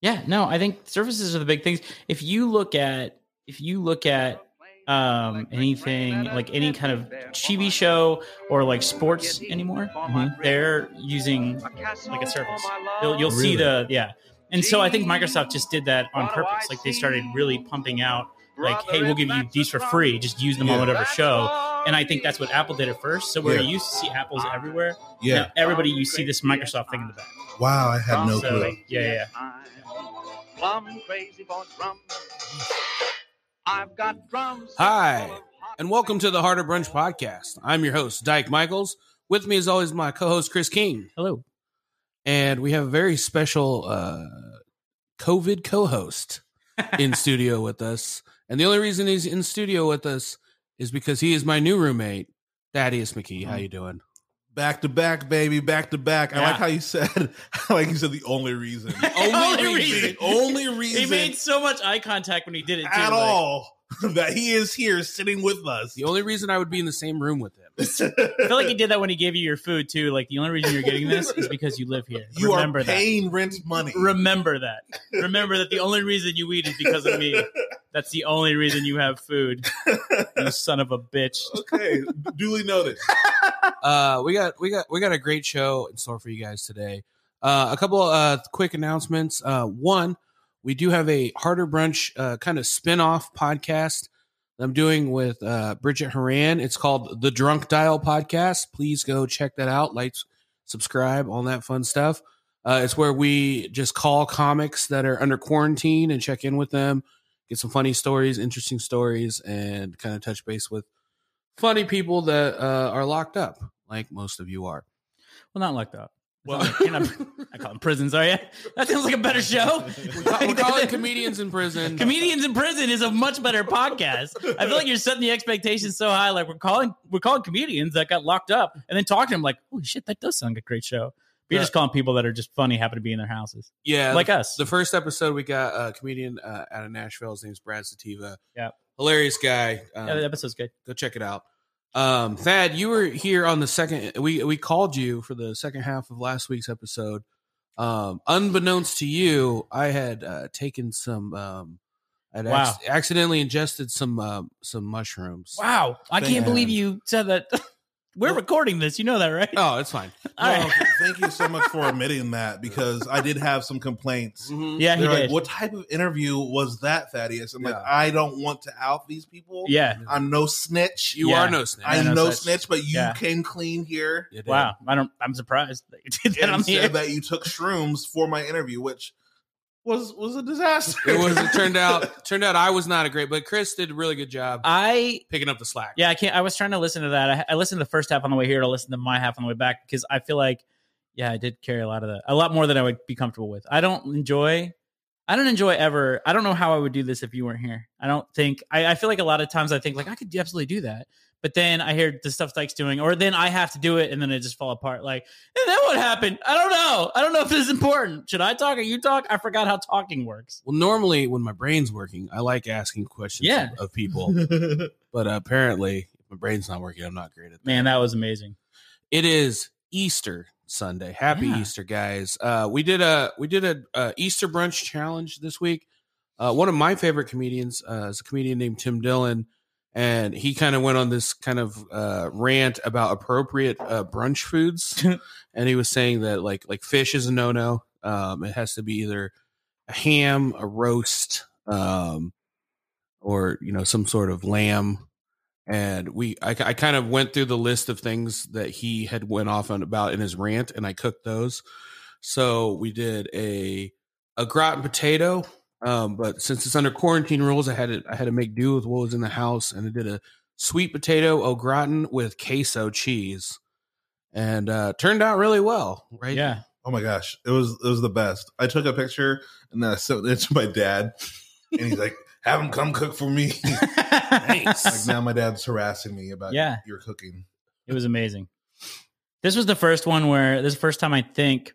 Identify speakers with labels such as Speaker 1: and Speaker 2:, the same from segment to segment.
Speaker 1: Yeah, no, I think services are the big things. If you look at if you look at um anything like any kind of
Speaker 2: Oh
Speaker 1: chibi show or like sports anymore, mm-hmm,
Speaker 2: Mhm.
Speaker 1: they're using like a service. You'll you'll see the
Speaker 3: Really?
Speaker 1: yeah. And so I think Microsoft just did that on purpose. Like they started really pumping out like, hey, we'll give you these for free. Just use them on
Speaker 3: Yeah.
Speaker 1: whatever show. And I think that's what Apple did at first. So we're
Speaker 3: Yeah.
Speaker 1: used to see apples everywhere.
Speaker 3: Yeah.
Speaker 1: Now everybody, you see this Microsoft thing in the back.
Speaker 3: Wow, I had no
Speaker 1: So,
Speaker 3: clue.
Speaker 1: yeah, yeah, yeah.
Speaker 2: Plum crazy for drum. I've got drums.
Speaker 4: Hi, and welcome to the Harder Brunch Podcast. I'm your host, Dyke Michaels. With me, as always, my co host, Chris King.
Speaker 1: Hello.
Speaker 4: And we have a very special uh, COVID co host in studio with us. And the only reason he's in studio with us is because he is my new roommate, Thaddeus McKee. How you doing?
Speaker 3: Back to back, baby, back to back. I
Speaker 1: Yeah.
Speaker 3: like how you said, I like you said the only reason.
Speaker 1: Only reason.
Speaker 3: the only reason
Speaker 1: He made so much eye contact when he did it. Too,
Speaker 3: at
Speaker 1: like-
Speaker 3: all that he is here sitting with us.
Speaker 4: The only reason I would be in the same room with him.
Speaker 1: I feel like he did that when he gave you your food too. Like the only reason you're getting this is because you live here.
Speaker 3: you
Speaker 1: Remember
Speaker 3: are paying rent money.
Speaker 1: that. Remember that. Remember that the only reason you eat is because of me. That's the only reason you have food. You son of a bitch.
Speaker 3: okay, duly noted.
Speaker 4: uh, we got we got we got a great show in store for you guys today. Uh, a couple uh quick announcements. Uh, one, we do have a harder brunch uh, kind of spin-off podcast that I'm doing with uh, Bridget Haran. It's called the Drunk Dial Podcast. Please go check that out. Like, subscribe, all that fun stuff. Uh, it's where we just call comics that are under quarantine and check in with them, get some funny stories, interesting stories, and kind of touch base with funny people that uh, are locked up, like most of you are.
Speaker 1: Well, not like that.
Speaker 3: Well-
Speaker 1: Well, you're not, I call them prisons, are you? That sounds like a better show.
Speaker 4: We're calling comedians in prison.
Speaker 1: Comedians in Prison is a much better podcast. I feel like you're setting the expectations so high. Like we're calling we're calling comedians that got locked up and then talking to them like, holy shit, that does sound like a great show. But you're just calling people that are just funny, happen to be in their houses.
Speaker 4: yeah,
Speaker 1: like
Speaker 4: the,
Speaker 1: us.
Speaker 4: the first episode we got a comedian uh, out of Nashville. His name's Brad Sativa.
Speaker 1: Yep.
Speaker 4: hilarious guy. Um,
Speaker 1: Yeah, the episode's good.
Speaker 4: go check it out. Um, Thad, you were here on the second. We we called you for the second half of last week's episode. Um, unbeknownst to you, I had uh, taken some. Um, I'd
Speaker 1: Wow.
Speaker 4: acc- accidentally ingested some uh, some mushrooms.
Speaker 1: Wow. I
Speaker 3: Thank
Speaker 1: can't believe
Speaker 3: you.
Speaker 1: you said that. We're recording this. You know that, right?
Speaker 4: Oh, it's fine.
Speaker 1: All right.
Speaker 3: Well, thank you so much for admitting that because I did have some complaints.
Speaker 1: Yeah, he
Speaker 3: They're like,
Speaker 1: did.
Speaker 3: what type of interview was that, Thaddeus? I'm like,
Speaker 4: Yeah.
Speaker 3: I don't want to out these people.
Speaker 1: Yeah.
Speaker 3: I'm no snitch.
Speaker 4: You
Speaker 1: Yeah.
Speaker 4: are no snitch.
Speaker 3: I
Speaker 1: no
Speaker 3: know
Speaker 1: snitch.
Speaker 3: snitch. but you
Speaker 1: Yeah.
Speaker 3: came clean here
Speaker 4: You did.
Speaker 1: Wow. I don't I'm surprised that you did that on
Speaker 3: and
Speaker 1: the air.
Speaker 3: said that you took shrooms for my interview, which was was a disaster.
Speaker 4: It was. It turned out. Turned out I was not a great, but Chris did a really good job
Speaker 1: I
Speaker 4: picking up the slack.
Speaker 1: Uh, Yeah, I can't. I was trying to listen to that. I, I listened to the first half on the way here. To listen to my half on the way back because I feel like, yeah, I did carry a lot of that, a lot more than I would be comfortable with. I don't enjoy. I don't enjoy ever. I don't know how I would do this if you weren't here. I don't think. I, I feel like a lot of times I think like I could absolutely do that, but then I hear the stuff Dyke's doing, or then I have to do it, and then I just fall apart. Like, and then what happened? I don't know. I don't know if this is important. Should I talk or you talk? I forgot how talking works.
Speaker 4: Well, normally when my brain's working, I like asking questions
Speaker 1: Yeah.
Speaker 4: of, of people, but apparently if my brain's not working. I'm not great at that.
Speaker 1: Man, that was amazing.
Speaker 4: It is Easter Sunday. Happy
Speaker 1: Yeah.
Speaker 4: Easter, guys! Uh, we did a we did a, a Easter brunch challenge this week. Uh, one of my favorite comedians uh, is a comedian named Tim Dillon, and he kind of went on this kind of uh, rant about appropriate uh, brunch foods, and he was saying that like like fish is a no no. Um, it has to be either a ham, a roast, um, or you know some sort of lamb and we I, I kind of went through the list of things that he had went off on about in his rant and i cooked those so we did a a gratin potato um but since it's under quarantine rules i had to i had to make do with what was in the house and i did a sweet potato au gratin with queso cheese and uh turned out really well right
Speaker 1: Yeah,
Speaker 3: oh my gosh, it was it was the best. I took a picture and then I sent it to my dad, and he's like, "Have him come cook for me." like now my dad's harassing me about
Speaker 1: Yeah.
Speaker 3: your cooking.
Speaker 1: It was amazing. This was the first one where this is the first time I think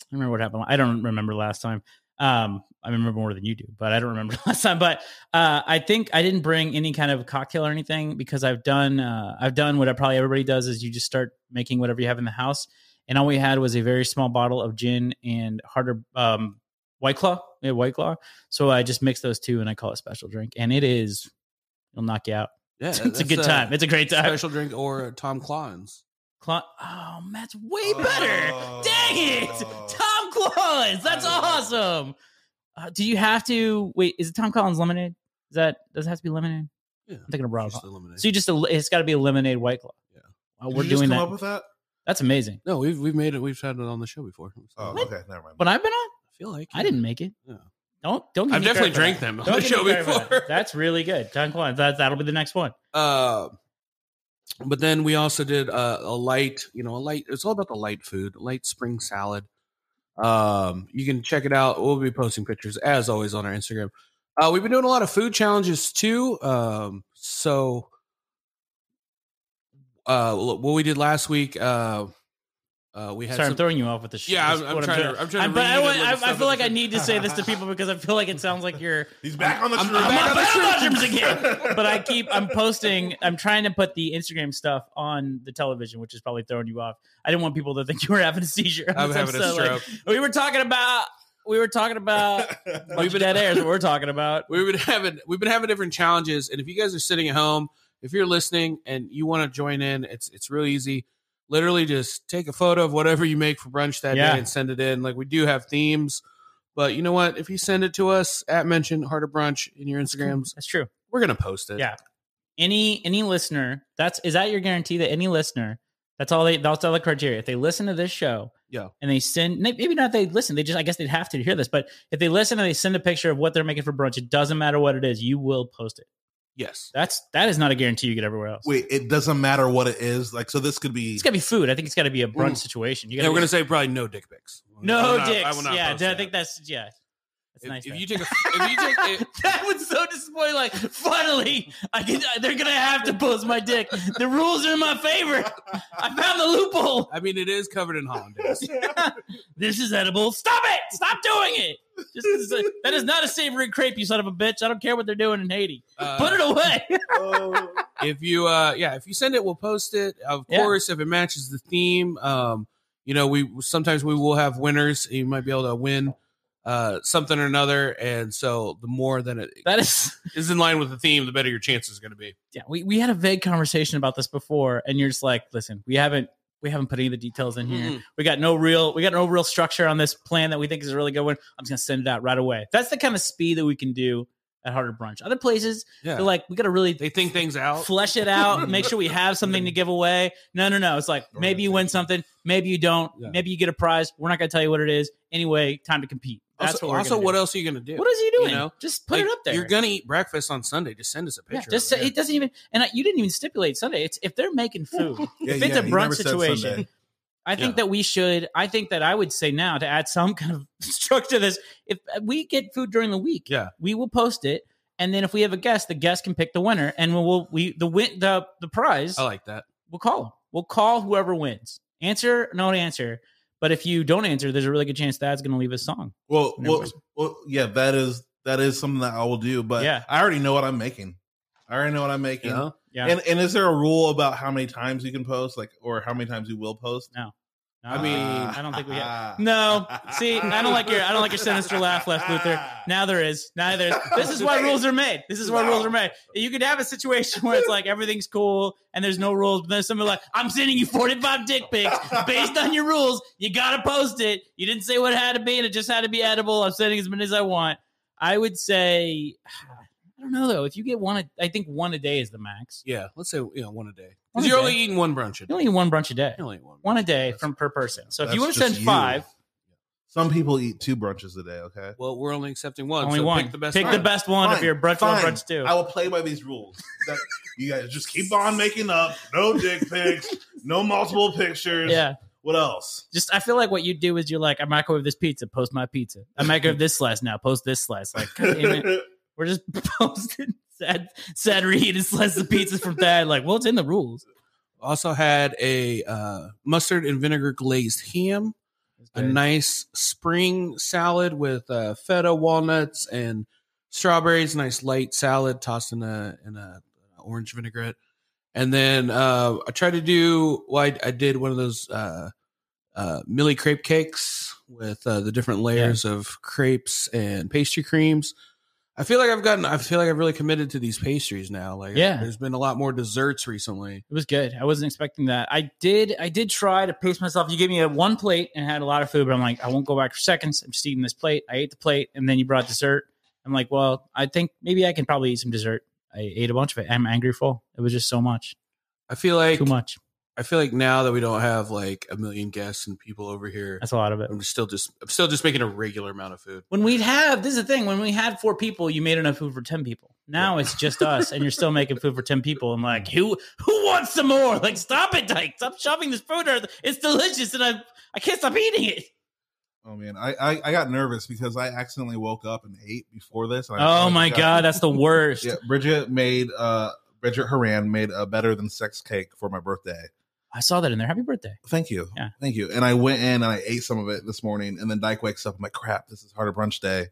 Speaker 1: I remember what happened. I don't remember last time. Um, I remember more than you do, but I don't remember last time. But uh, I think I didn't bring any kind of cocktail or anything because I've done uh, I've done what I probably everybody does is you just start making whatever you have in the house, and all we had was a very small bottle of gin and harder um, White Claw. Yeah, White Claw. So I just mix those two and I call it special drink. And it is, it'll knock you out.
Speaker 4: Yeah,
Speaker 1: it's a good time. It's a great time.
Speaker 4: special drink or a Tom Clawins.
Speaker 1: Cla- oh, that's way better.
Speaker 3: Oh.
Speaker 1: Dang it. Tom Collins. That's
Speaker 4: I love it.
Speaker 1: awesome. Uh, do you have to wait? Is it Tom Collins lemonade? Is that, does it have to be lemonade?
Speaker 4: Yeah.
Speaker 1: I'm thinking of brown.
Speaker 4: Just
Speaker 1: Claw.
Speaker 4: eliminate.
Speaker 1: So you just, el- it's got to be a lemonade white claw.
Speaker 4: Yeah.
Speaker 1: Uh,
Speaker 3: Did
Speaker 1: we're
Speaker 3: you just
Speaker 1: doing
Speaker 3: come
Speaker 1: that.
Speaker 3: up with that?
Speaker 1: That's amazing.
Speaker 4: no, we've we've made it. We've had it on the show before.
Speaker 3: Oh,
Speaker 1: What?
Speaker 3: okay, never mind.
Speaker 1: But I've been on.
Speaker 4: I feel like
Speaker 1: I didn't make it.
Speaker 4: Yeah.
Speaker 1: Don't don't. give
Speaker 4: I've
Speaker 1: me
Speaker 4: definitely
Speaker 1: credit for
Speaker 4: drank
Speaker 1: that.
Speaker 4: them on
Speaker 1: Don't
Speaker 4: the
Speaker 1: give me
Speaker 4: show
Speaker 1: credit for that.
Speaker 4: before.
Speaker 1: That's really good. Tom Collins. That that'll be the next one.
Speaker 4: Uh, but then we also did uh, a light, you know, a light. It's all about the light food, light spring salad. Um, you can check it out. We'll be posting pictures as always on our Instagram. Uh, we've been doing a lot of food challenges too. Um, so, uh, look, what we did last week, uh, uh, we had
Speaker 1: Sorry, I'm
Speaker 4: some-
Speaker 1: throwing you off with the shit.
Speaker 4: Yeah, I'm- I'm trying to- I'm trying to
Speaker 1: But
Speaker 4: read
Speaker 1: I,
Speaker 4: it
Speaker 1: want-
Speaker 4: and
Speaker 1: I,
Speaker 4: look
Speaker 1: I
Speaker 4: stuff
Speaker 1: feel like
Speaker 4: at
Speaker 1: I
Speaker 4: the-
Speaker 1: need to say this to people because I feel like it sounds like you're.
Speaker 3: He's back on the
Speaker 4: I'm
Speaker 3: shrimp.
Speaker 4: back
Speaker 1: I'm
Speaker 4: on the
Speaker 1: back
Speaker 4: shrimp.
Speaker 1: on mushrooms again. But I keep. I'm posting. I'm trying to put the Instagram stuff on the television, which is probably throwing you off. I didn't want people to think you were having a seizure.
Speaker 4: I'm having a
Speaker 1: so, like,
Speaker 4: stroke.
Speaker 1: we were talking about. We were talking about. Bunch
Speaker 4: We've
Speaker 1: of
Speaker 4: been-
Speaker 1: dead air is what we're talking about.
Speaker 4: we've been having we've been having different challenges and if you guys are sitting at home if you're listening and you want to join in it's it's really easy literally just take a photo of whatever you make for brunch that
Speaker 1: Yeah.
Speaker 4: day and send it in like we do have themes but you know what if you send it to us at mention heart of brunch in your instagrams
Speaker 1: That's true.
Speaker 4: we're gonna post it
Speaker 1: Yeah. any any listener that's is that your guarantee that any listener that's all they that's all the criteria if they listen to this show
Speaker 4: Yeah.
Speaker 1: and they send may- maybe not they listen they just i guess they'd have to hear this but if they listen and they send a picture of what they're making for brunch it doesn't matter what it is you will post it
Speaker 4: yes
Speaker 1: that's that is not a guarantee you get everywhere else
Speaker 3: Wait, it doesn't matter what it is. Like, so this could be
Speaker 1: it's gotta be food i think it's gotta be a brunch
Speaker 4: Mm.
Speaker 1: situation you
Speaker 4: and
Speaker 1: gotta
Speaker 4: we're
Speaker 1: be-
Speaker 4: gonna say probably no dick pics I
Speaker 1: no
Speaker 4: will not-
Speaker 1: dicks
Speaker 4: I will not
Speaker 1: yeah
Speaker 4: post
Speaker 1: i
Speaker 4: that.
Speaker 1: think that's yeah that's
Speaker 4: if,
Speaker 1: nice
Speaker 4: if
Speaker 1: though.
Speaker 4: you take a if you take
Speaker 1: that was so disappointing. Like, finally, I can. They're gonna have to post my dick. The rules are in my favor. I found the loophole.
Speaker 4: I mean it is covered in hollandaise
Speaker 1: this is edible. Stop it! Stop doing it! Just, that is not a savory crepe, you son of a bitch. I don't care what they're doing in Haiti.
Speaker 4: Uh,
Speaker 1: Put it away.
Speaker 3: Oh.
Speaker 4: if you uh yeah if you send it we'll post it of
Speaker 1: Yeah.
Speaker 4: course if it matches the theme um you know we sometimes we will have winners you might be able to win uh something or another and so the more that it
Speaker 1: that is.
Speaker 4: is in line with the theme the better your chance is going to be
Speaker 1: Yeah, we, we had a vague conversation about this before, and you're just like, listen, we haven't we haven't put any of the details in here.
Speaker 4: Mhm.
Speaker 1: We got no real we got no real structure on this plan that we think is a really good one. I'm just gonna send it out right away. That's the kind of speed that we can do at Harder Brunch. Other places,
Speaker 4: yeah
Speaker 1: they're like, we gotta really
Speaker 4: they think things out
Speaker 1: flesh it out, make sure we have something to give away. No, no, no. It's like maybe you win something, maybe you don't,
Speaker 4: Yeah.
Speaker 1: maybe you get a prize. We're not going to tell you what it is. Anyway, time to compete. That's
Speaker 4: also,
Speaker 1: what we're
Speaker 4: also
Speaker 1: gonna
Speaker 4: what
Speaker 1: do.
Speaker 4: else are you going to do
Speaker 1: What is he doing?
Speaker 4: you know?
Speaker 1: just put it
Speaker 4: Like,
Speaker 1: up there.
Speaker 4: you're going to eat breakfast on sunday just send us a
Speaker 1: yeah,
Speaker 4: picture
Speaker 1: just
Speaker 4: of
Speaker 1: say, it doesn't even, and I, you didn't even stipulate Sunday. It's if they're making food,
Speaker 3: Yeah,
Speaker 1: if it's
Speaker 3: yeah,
Speaker 1: a
Speaker 3: you
Speaker 1: brunch
Speaker 3: never said
Speaker 1: situation,
Speaker 3: Sunday.
Speaker 1: I think
Speaker 4: Yeah.
Speaker 1: that we should. I think that I would say now to add some kind of structure to this. If we get food during the week,
Speaker 4: Yeah.
Speaker 1: we will post it, and then if we have a guest, the guest can pick the winner, and we'll, we'll we the win the the prize
Speaker 4: i like that
Speaker 1: we'll call them. We'll call whoever wins. Answer, no answer. But if you don't answer, there's a really good chance Dad's going to leave a song.
Speaker 3: Well,
Speaker 1: No
Speaker 3: well,
Speaker 1: worries.
Speaker 3: well, yeah, that is that is something that I will do. But
Speaker 1: Yeah.
Speaker 3: I already know what I'm making. I already know what I'm making.
Speaker 4: you know
Speaker 1: Yeah.
Speaker 3: And and is there a rule about how many times you can post, like, or how many times you will post?
Speaker 1: No,
Speaker 4: I mean,
Speaker 1: Uh, I don't think we have. No, see, I don't like your, I don't like your sinister laugh, left Luther. Now there is, now there is. This is why rules are made. This is why rules are made. You could have a situation where it's like everything's cool and there's no rules, but then somebody like, I'm sending you 45 dick pics based on your rules. You gotta post it. You didn't say what it had to be, and it just had to be edible. I'm sending as many as I want. I would say, I don't know though. If you get one, a- I think one a day is the max.
Speaker 4: yeah let's say you know one a day
Speaker 1: One
Speaker 4: because
Speaker 1: a
Speaker 4: you're
Speaker 1: day.
Speaker 4: only eating one brunch a day
Speaker 1: You only eat one brunch a day.
Speaker 4: You only eat one
Speaker 1: One a day from per person. So if you want
Speaker 3: That's
Speaker 1: to send
Speaker 3: just you.
Speaker 1: five,
Speaker 3: Some people eat two brunches a day. Okay,
Speaker 4: well we're only accepting one
Speaker 1: only
Speaker 4: so
Speaker 1: one.
Speaker 4: pick the best
Speaker 3: one.
Speaker 1: one if
Speaker 3: Fine.
Speaker 1: you're brunch one,
Speaker 3: Fine.
Speaker 1: brunch two.
Speaker 3: I will play by these rules. That- you guys just keep on making up. No dick pics. No multiple pictures.
Speaker 1: yeah.
Speaker 3: What else?
Speaker 1: Just I feel like what you do is you're like, I microwave this pizza, post my pizza. I microwave this slice now, post this slice. Like, God damn it. we're just posting sad, sad reheated slice of pizza from Dad. Like, well, it's in the rules.
Speaker 4: also had a uh, mustard and vinegar glazed ham, a nice spring salad with uh, feta, walnuts, and strawberries. Nice light salad tossed in a in a uh, orange vinaigrette, and then uh, I tried to do. Well, I, I did one of those uh, uh, Millie crepe cakes with uh, the different layers of crepes and pastry creams. I feel like I've gotten. I feel like I've really committed to these pastries now. Like,
Speaker 1: Yeah.
Speaker 4: there's been a lot more desserts recently.
Speaker 1: It was good. I wasn't expecting that. I did. I did try to pace myself. You gave me a one plate and had a lot of food, but I'm like, I won't go back for seconds. I'm just eating this plate. I ate the plate, and then you brought dessert. I'm like, well, I think maybe I can probably eat some dessert. I ate a bunch of it. I'm angry full. It was just so much,
Speaker 4: I feel like
Speaker 1: too much.
Speaker 4: I feel like now that we don't have like a million guests and people over here,
Speaker 1: That's a lot of it.
Speaker 4: I'm still just I'm still just making a regular amount of food.
Speaker 1: When we'd have this is the thing. When we had four people, you made enough food for ten people. Now it's just us, and you're still making food for ten people. I'm like, who who wants some more? Like, stop it, Dyke. Stop shoving this food. at- It's delicious, and I I can't stop eating it.
Speaker 3: Oh man, I, I I got nervous because I accidentally woke up and ate before this. and I
Speaker 1: Oh my god, that's the worst.
Speaker 3: Yeah, Bridget made uh Bridget Haran made a better than sex cake for my birthday.
Speaker 1: I saw that in there. Happy birthday.
Speaker 3: Thank you.
Speaker 1: Yeah.
Speaker 3: Thank you. And I went in and I ate some of it this morning. And then Dyke wakes up. I'm like, crap, this is harder brunch day.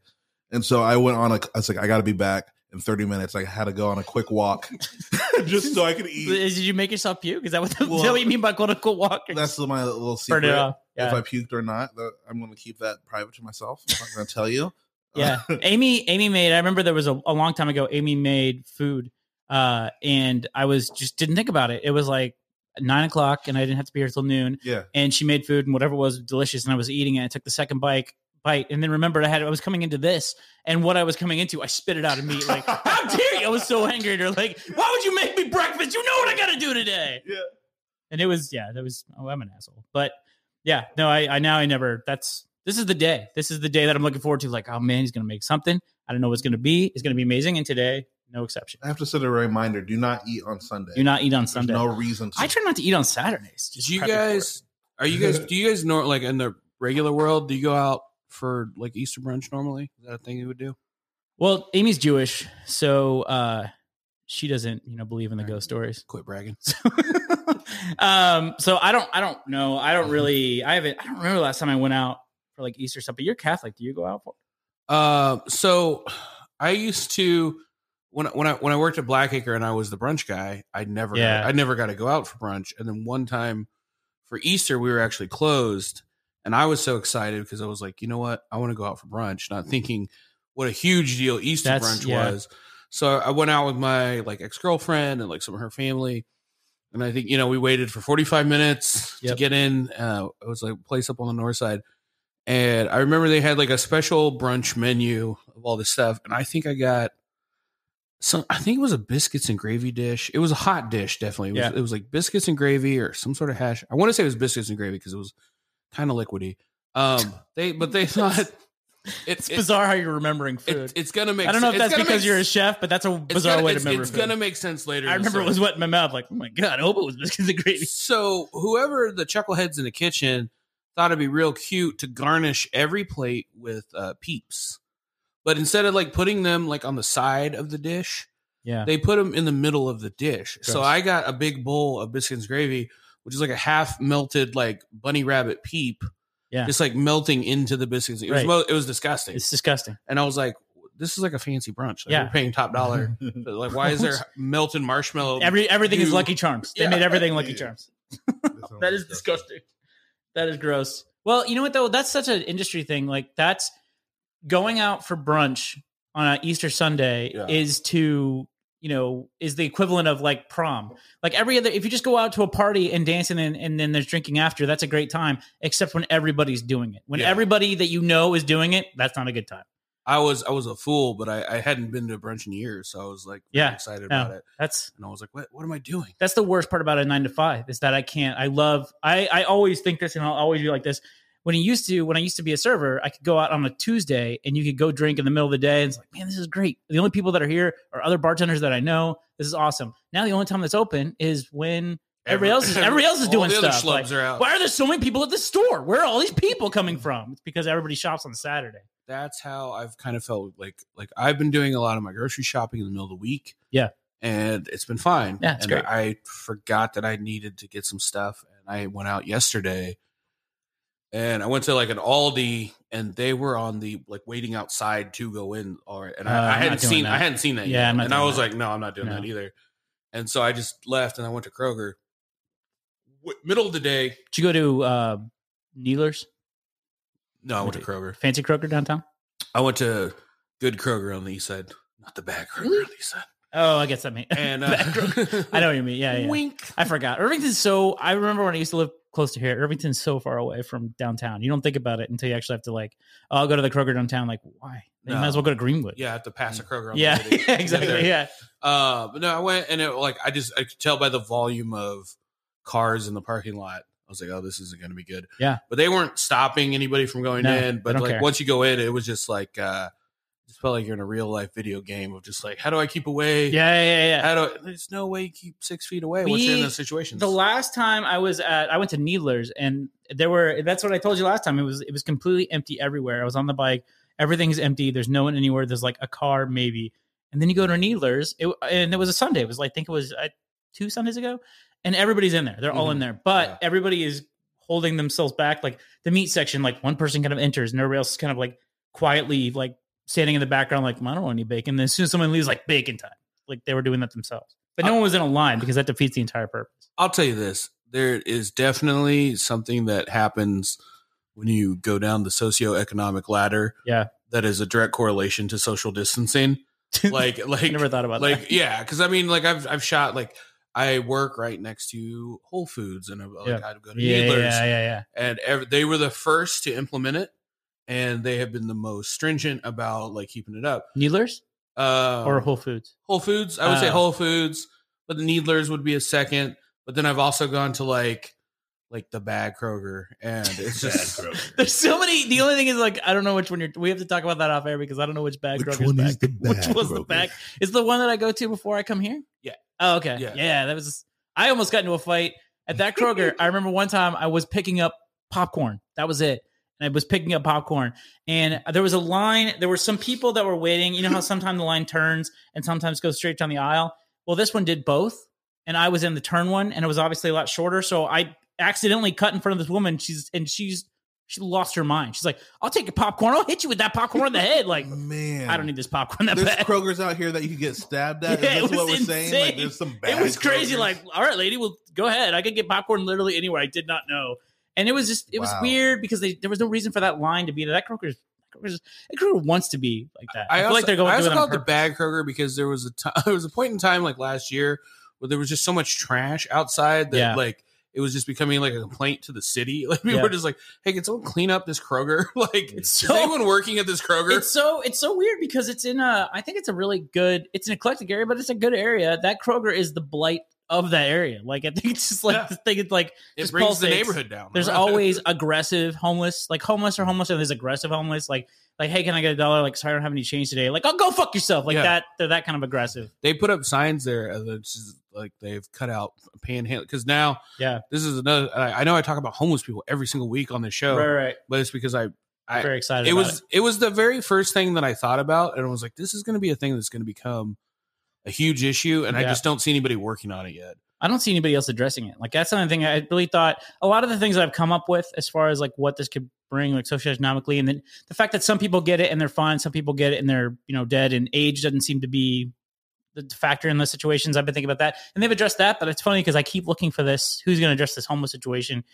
Speaker 3: And so I went on a, I was like, I got to be back in 30 minutes. I had to go on a quick walk just so I could eat.
Speaker 1: Did you make yourself puke? Is that what,
Speaker 3: Well,
Speaker 1: is that what you mean by quote unquote walker?
Speaker 3: That's my little secret.
Speaker 1: Burn it off.
Speaker 3: If
Speaker 1: Yeah.
Speaker 3: I puked or not, that- I'm going to keep that private to myself. I'm not going to tell you.
Speaker 1: yeah. Amy, Amy made, I remember there was a, a long time ago, Amy made food. Uh, and I was just didn't think about it. It was like nine o'clock and I didn't have to be here till noon.
Speaker 3: yeah.
Speaker 1: And she made food and whatever it was delicious. And I was eating it. I took the second bite bite and then remembered I had I was coming into this and what I was coming into I spit it out of me like how dare you I was so angry at her like why would you make me breakfast you know what I gotta do today
Speaker 3: Yeah.
Speaker 1: and it was yeah that was oh i'm an asshole but yeah no i i now i never that's this is the day this is the day that i'm looking forward to like oh man he's gonna make something i don't know what's gonna be it's gonna be amazing and today no exception
Speaker 3: I have to set a reminder do not eat on Sunday.
Speaker 1: do not eat on
Speaker 3: There's
Speaker 1: sunday
Speaker 3: no reason to.
Speaker 1: i try not to eat on saturdays just
Speaker 4: Do you
Speaker 1: prep it for
Speaker 4: guys are you guys do you guys know like in the regular world do you go out for like Easter brunch normally? Is that a thing you would do?
Speaker 1: it. well amy's jewish so uh she doesn't you know believe in the
Speaker 4: Right.
Speaker 1: ghost stories
Speaker 4: Quit bragging.
Speaker 1: So, um, so I don't, I don't know. I don't really, I haven't, I don't remember last time I went out for like Easter stuff, but you're Catholic. Do you go out for
Speaker 4: Uh, so I used to when I- when I when I worked at Blackacre and I was the brunch guy, I never
Speaker 1: Yeah.
Speaker 4: I never got to go out for brunch. And then one time for Easter we were actually closed, and I was so excited because I was like, you know what, I want to go out for brunch, not thinking what a huge deal Easter
Speaker 1: That's-
Speaker 4: brunch
Speaker 1: yeah.
Speaker 4: was. So I went out with my like ex girlfriend and like some of her family. And I think you know we waited for 45 minutes to
Speaker 1: Yep.
Speaker 4: get in. Uh, it was like a place up on the north side, and I remember they had like a special brunch menu of all this stuff. And I think I got some. I think it was a biscuits and gravy dish. It was a hot dish, definitely. It was,
Speaker 1: Yeah.
Speaker 4: it was like biscuits and gravy or some sort of hash. I want to say it was biscuits and gravy because it was kind of liquidy. Um, they but they thought it,
Speaker 1: It's
Speaker 4: it-
Speaker 1: bizarre how you're remembering
Speaker 4: it-
Speaker 1: food.
Speaker 4: it's gonna make.
Speaker 1: I don't know if
Speaker 4: it's
Speaker 1: that's
Speaker 4: gonna
Speaker 1: because
Speaker 4: make-
Speaker 1: you're a chef, but that's a
Speaker 4: it's
Speaker 1: bizarre
Speaker 4: gonna-
Speaker 1: way to
Speaker 4: it's-
Speaker 1: remember
Speaker 4: It's
Speaker 1: food.
Speaker 4: gonna make sense later.
Speaker 1: I
Speaker 4: in the
Speaker 1: remember it
Speaker 4: story.
Speaker 1: was wet in my mouth. Like, oh my god, I hope it was biscuits and gravy.
Speaker 4: So whoever the chuckleheads in the kitchen thought it'd be real cute to garnish every plate with uh, peeps, but instead of like putting them like on the side of the dish,
Speaker 1: Yeah,
Speaker 4: they put them in the middle of the dish. So
Speaker 1: Gross.
Speaker 4: I got a big bowl of biscuits and gravy, which is like a half melted like bunny rabbit peep.
Speaker 1: Yeah.
Speaker 4: just like melting into the biscuits. It was
Speaker 1: Right.
Speaker 4: mo- it was disgusting,
Speaker 1: it's disgusting.
Speaker 4: and I was like. This is like a fancy brunch. Like
Speaker 1: Yeah.
Speaker 4: we're paying top dollar. But, like, why is there melted marshmallow?
Speaker 1: Every everything is
Speaker 4: You-
Speaker 1: Lucky Charms. They
Speaker 4: Yeah.
Speaker 1: made everything Lucky
Speaker 3: Yeah.
Speaker 1: Charms.
Speaker 3: that
Speaker 1: That is disgusting. That is gross. Well, you know what though? That's such an industry thing. Like that's going out for brunch on a Easter Sunday
Speaker 4: Yeah.
Speaker 1: is to you know is the equivalent of like prom. Like every other, if you just go out to a party and dance and then and then there's drinking after, that's a great time. Except when everybody's doing it. When
Speaker 4: Yeah.
Speaker 1: everybody that you know is doing it, that's not a good time.
Speaker 4: I was I was a fool, but I, I hadn't been to a brunch in years, so I was like
Speaker 1: Yeah.
Speaker 4: excited
Speaker 1: Yeah.
Speaker 4: about it.
Speaker 1: That's
Speaker 4: And I was like, what what am I doing?
Speaker 1: that's the worst part about a nine to five is that I can't. I love. I I always think this, and I'll always be like this. When I used to, when I used to be a server, I could go out on a Tuesday and you could go drink in the middle of the day. And it's like, man, this is great. The only people that are here are other bartenders that I know. This is awesome. Now the only time that's open is when everybody else is everybody else is
Speaker 4: all
Speaker 1: doing
Speaker 4: the
Speaker 1: stuff.
Speaker 4: Other
Speaker 1: Like,
Speaker 4: schlubs are out.
Speaker 1: why are there so many people at the store? Where are all these people coming from? It's because everybody shops on Saturday.
Speaker 4: That's how I've kind of felt like like I've been doing a lot of my grocery shopping in the middle of the week.
Speaker 1: Yeah.
Speaker 4: And it's been fine.
Speaker 1: Yeah, it's
Speaker 4: and
Speaker 1: great.
Speaker 4: I forgot that I needed to get some stuff and I went out yesterday and I went to like an Aldi and they were on the like waiting outside to go in or and
Speaker 1: Uh, I'm
Speaker 4: I, I
Speaker 1: not
Speaker 4: hadn't
Speaker 1: doing
Speaker 4: seen
Speaker 1: that.
Speaker 4: I hadn't seen that
Speaker 1: Yeah,
Speaker 4: yet.
Speaker 1: I'm not
Speaker 4: and I
Speaker 1: doing
Speaker 4: was
Speaker 1: that.
Speaker 4: like, no, I'm not doing
Speaker 1: No.
Speaker 4: that either. And so I just left and I went to Kroger. W- middle of the day.
Speaker 1: um, Did you go to uh, Neeler's?
Speaker 4: No, I went to Kroger.
Speaker 1: Fancy Croaker downtown?
Speaker 4: I went to good Kroger on the east side, not the bad Kroger on the east side.
Speaker 1: Oh, I guess that means.
Speaker 4: And uh,
Speaker 1: Bad Kroger. I know what you mean. Yeah, yeah.
Speaker 4: wink.
Speaker 1: I forgot. Irvington's so. I remember when I used to live close to here. Irvington's so far away from downtown. You don't think about it until you actually have to like. Oh, I'll go to the Kroger downtown. Like, why? You
Speaker 4: No.
Speaker 1: might as well go to Greenwood.
Speaker 4: Yeah, I have to pass a Kroger. On
Speaker 1: yeah,
Speaker 4: the way to-
Speaker 1: yeah exactly. Yeah,
Speaker 4: Uh, but no, I went and it like I just I could tell by the volume of cars in the parking lot. I was like, oh, this isn't going to be good.
Speaker 1: Yeah.
Speaker 4: but they weren't stopping anybody from going
Speaker 1: No,
Speaker 4: in. But
Speaker 1: don't
Speaker 4: like
Speaker 1: care.
Speaker 4: once you go in, it was just like uh, just felt like you're in a real life video game of just like, how do I keep away?
Speaker 1: yeah, yeah, yeah. yeah.
Speaker 4: How do I, there's no way you keep six feet away once you're in
Speaker 1: We-
Speaker 4: those situations.
Speaker 1: The last time I was at, I went to Needlers, and there were. That's what I told you last time. It was it was completely empty everywhere. I was on the bike. Everything's empty. There's no one anywhere. There's like a car maybe, and then you go to Needlers, it, and it was a Sunday. It was like I think it was uh, two Sundays ago, and everybody's in there. They're all in there, but
Speaker 4: Yeah.
Speaker 1: everybody is holding themselves back. Like the meat section, like one person kind of enters, and everybody else is kind of like quietly like standing in the background, like I don't want any bacon. And as soon as someone leaves, like bacon time. Like they were doing that themselves, but no one was in a line because that defeats the entire purpose.
Speaker 4: I'll tell you this: there is definitely something that happens when you go down the socioeconomic ladder.
Speaker 1: Yeah.
Speaker 4: that is a direct correlation to social distancing. Like,
Speaker 1: I
Speaker 4: like,
Speaker 1: never thought about
Speaker 4: like,
Speaker 1: that.
Speaker 4: yeah, because I mean, like, I've I've shot like I work right next to Whole Foods, and I've, like,
Speaker 1: Yeah.
Speaker 4: I'd go to
Speaker 1: Yeah,
Speaker 4: Needlers,
Speaker 1: yeah, yeah, yeah.
Speaker 4: and ev- they were the first to implement it, and they have been the most stringent about like keeping it up.
Speaker 1: Needlers
Speaker 4: Uh,
Speaker 1: or Whole Foods?
Speaker 4: Whole Foods. I would say
Speaker 1: Oh.
Speaker 4: Whole Foods, but the Needlers would be a second. But then I've also gone to like like the Bad Kroger, and it's just
Speaker 1: There's so many. The only thing is, like, I don't know which one you're. We have to talk about that off air because I don't know which bag Kroger's back.
Speaker 3: the
Speaker 1: which was the back? Is the one that I go to before I come here?
Speaker 4: Yeah.
Speaker 1: Oh, okay.
Speaker 4: Yeah.
Speaker 1: Yeah. that was. I almost got into a fight at that Kroger. I remember one time I was picking up popcorn. That was it. And I was picking up popcorn, and there was a line. There were some people that were waiting. You know how sometimes the line turns and sometimes goes straight down the aisle. Well, this one did both, and I was in the turn one, and it was obviously a lot shorter. So I accidentally cut in front of this woman. She's and she's she lost her mind. She's like, "I'll take your popcorn. I'll hit you with that popcorn in the head." Like,
Speaker 3: man.
Speaker 1: I don't need this popcorn that
Speaker 3: There's
Speaker 1: bad.
Speaker 3: Kroger's out here that you can get stabbed at.
Speaker 1: Yeah, it
Speaker 3: Is this what we're
Speaker 1: was
Speaker 3: saying? Like,
Speaker 1: insane.
Speaker 3: there's some bad
Speaker 1: it was crazy.
Speaker 3: Krogers.
Speaker 1: Like, all right, lady, well, go ahead. I could get popcorn literally anywhere. I did not know, and it was just it was
Speaker 3: Wow.
Speaker 1: weird because they, there was no reason for that line to be there. That Kroger's, Kroger's that Kroger wants to be like that. I, feel
Speaker 4: also,
Speaker 1: like they're
Speaker 4: I
Speaker 1: going
Speaker 4: also
Speaker 1: through it
Speaker 4: call
Speaker 1: on
Speaker 4: it the
Speaker 1: purpose.
Speaker 4: Bad Kroger because there was a time, there was a point in time like last year where there was just so much trash outside that
Speaker 1: Yeah.
Speaker 4: like it was just becoming like a complaint to the city. Like we
Speaker 1: Yeah.
Speaker 4: were just like, hey, can someone clean up this Kroger? like,
Speaker 1: It's
Speaker 4: is
Speaker 1: so-
Speaker 4: anyone working at this Kroger?
Speaker 1: It's so it's so weird because it's in a I think it's a really good it's an eclectic area, but it's a good area. That Kroger is the blight of that area. Like I think it's just like
Speaker 4: Yeah.
Speaker 1: this thing. It's like
Speaker 4: It
Speaker 1: just
Speaker 4: brings the
Speaker 1: pulsates.
Speaker 4: neighborhood down.
Speaker 1: There's always aggressive homeless, like homeless or homeless, and there's aggressive homeless, like like hey, can I get a dollar? Like sorry, I don't have any change today. Like oh, go fuck yourself. Like
Speaker 4: Yeah.
Speaker 1: that. They're that kind of aggressive.
Speaker 4: they put up signs there uh, that's just, like they've cut out panhandle because now
Speaker 1: Yeah.
Speaker 4: this is another I, I know i talk about homeless people every single week on this show
Speaker 1: Right, right.
Speaker 4: but it's because i I-
Speaker 1: Very excited.
Speaker 4: it
Speaker 1: about
Speaker 4: was it. was the very first thing that i thought about and i was like this is going to be a thing that's going to become a huge issue and i
Speaker 1: Yeah.
Speaker 4: just don't see anybody working on it yet
Speaker 1: I don't see anybody else addressing it. Like that's the only thing I really thought. A lot of the things that I've come up with as far as like what this could bring, like socioeconomically, and then the fact that some people get it and they're fine, some people get it and they're you know dead, and age doesn't seem to be the factor in those situations. I've been thinking about that, and they've addressed that. But it's funny because I keep looking for this. Who's going to address this homeless situation,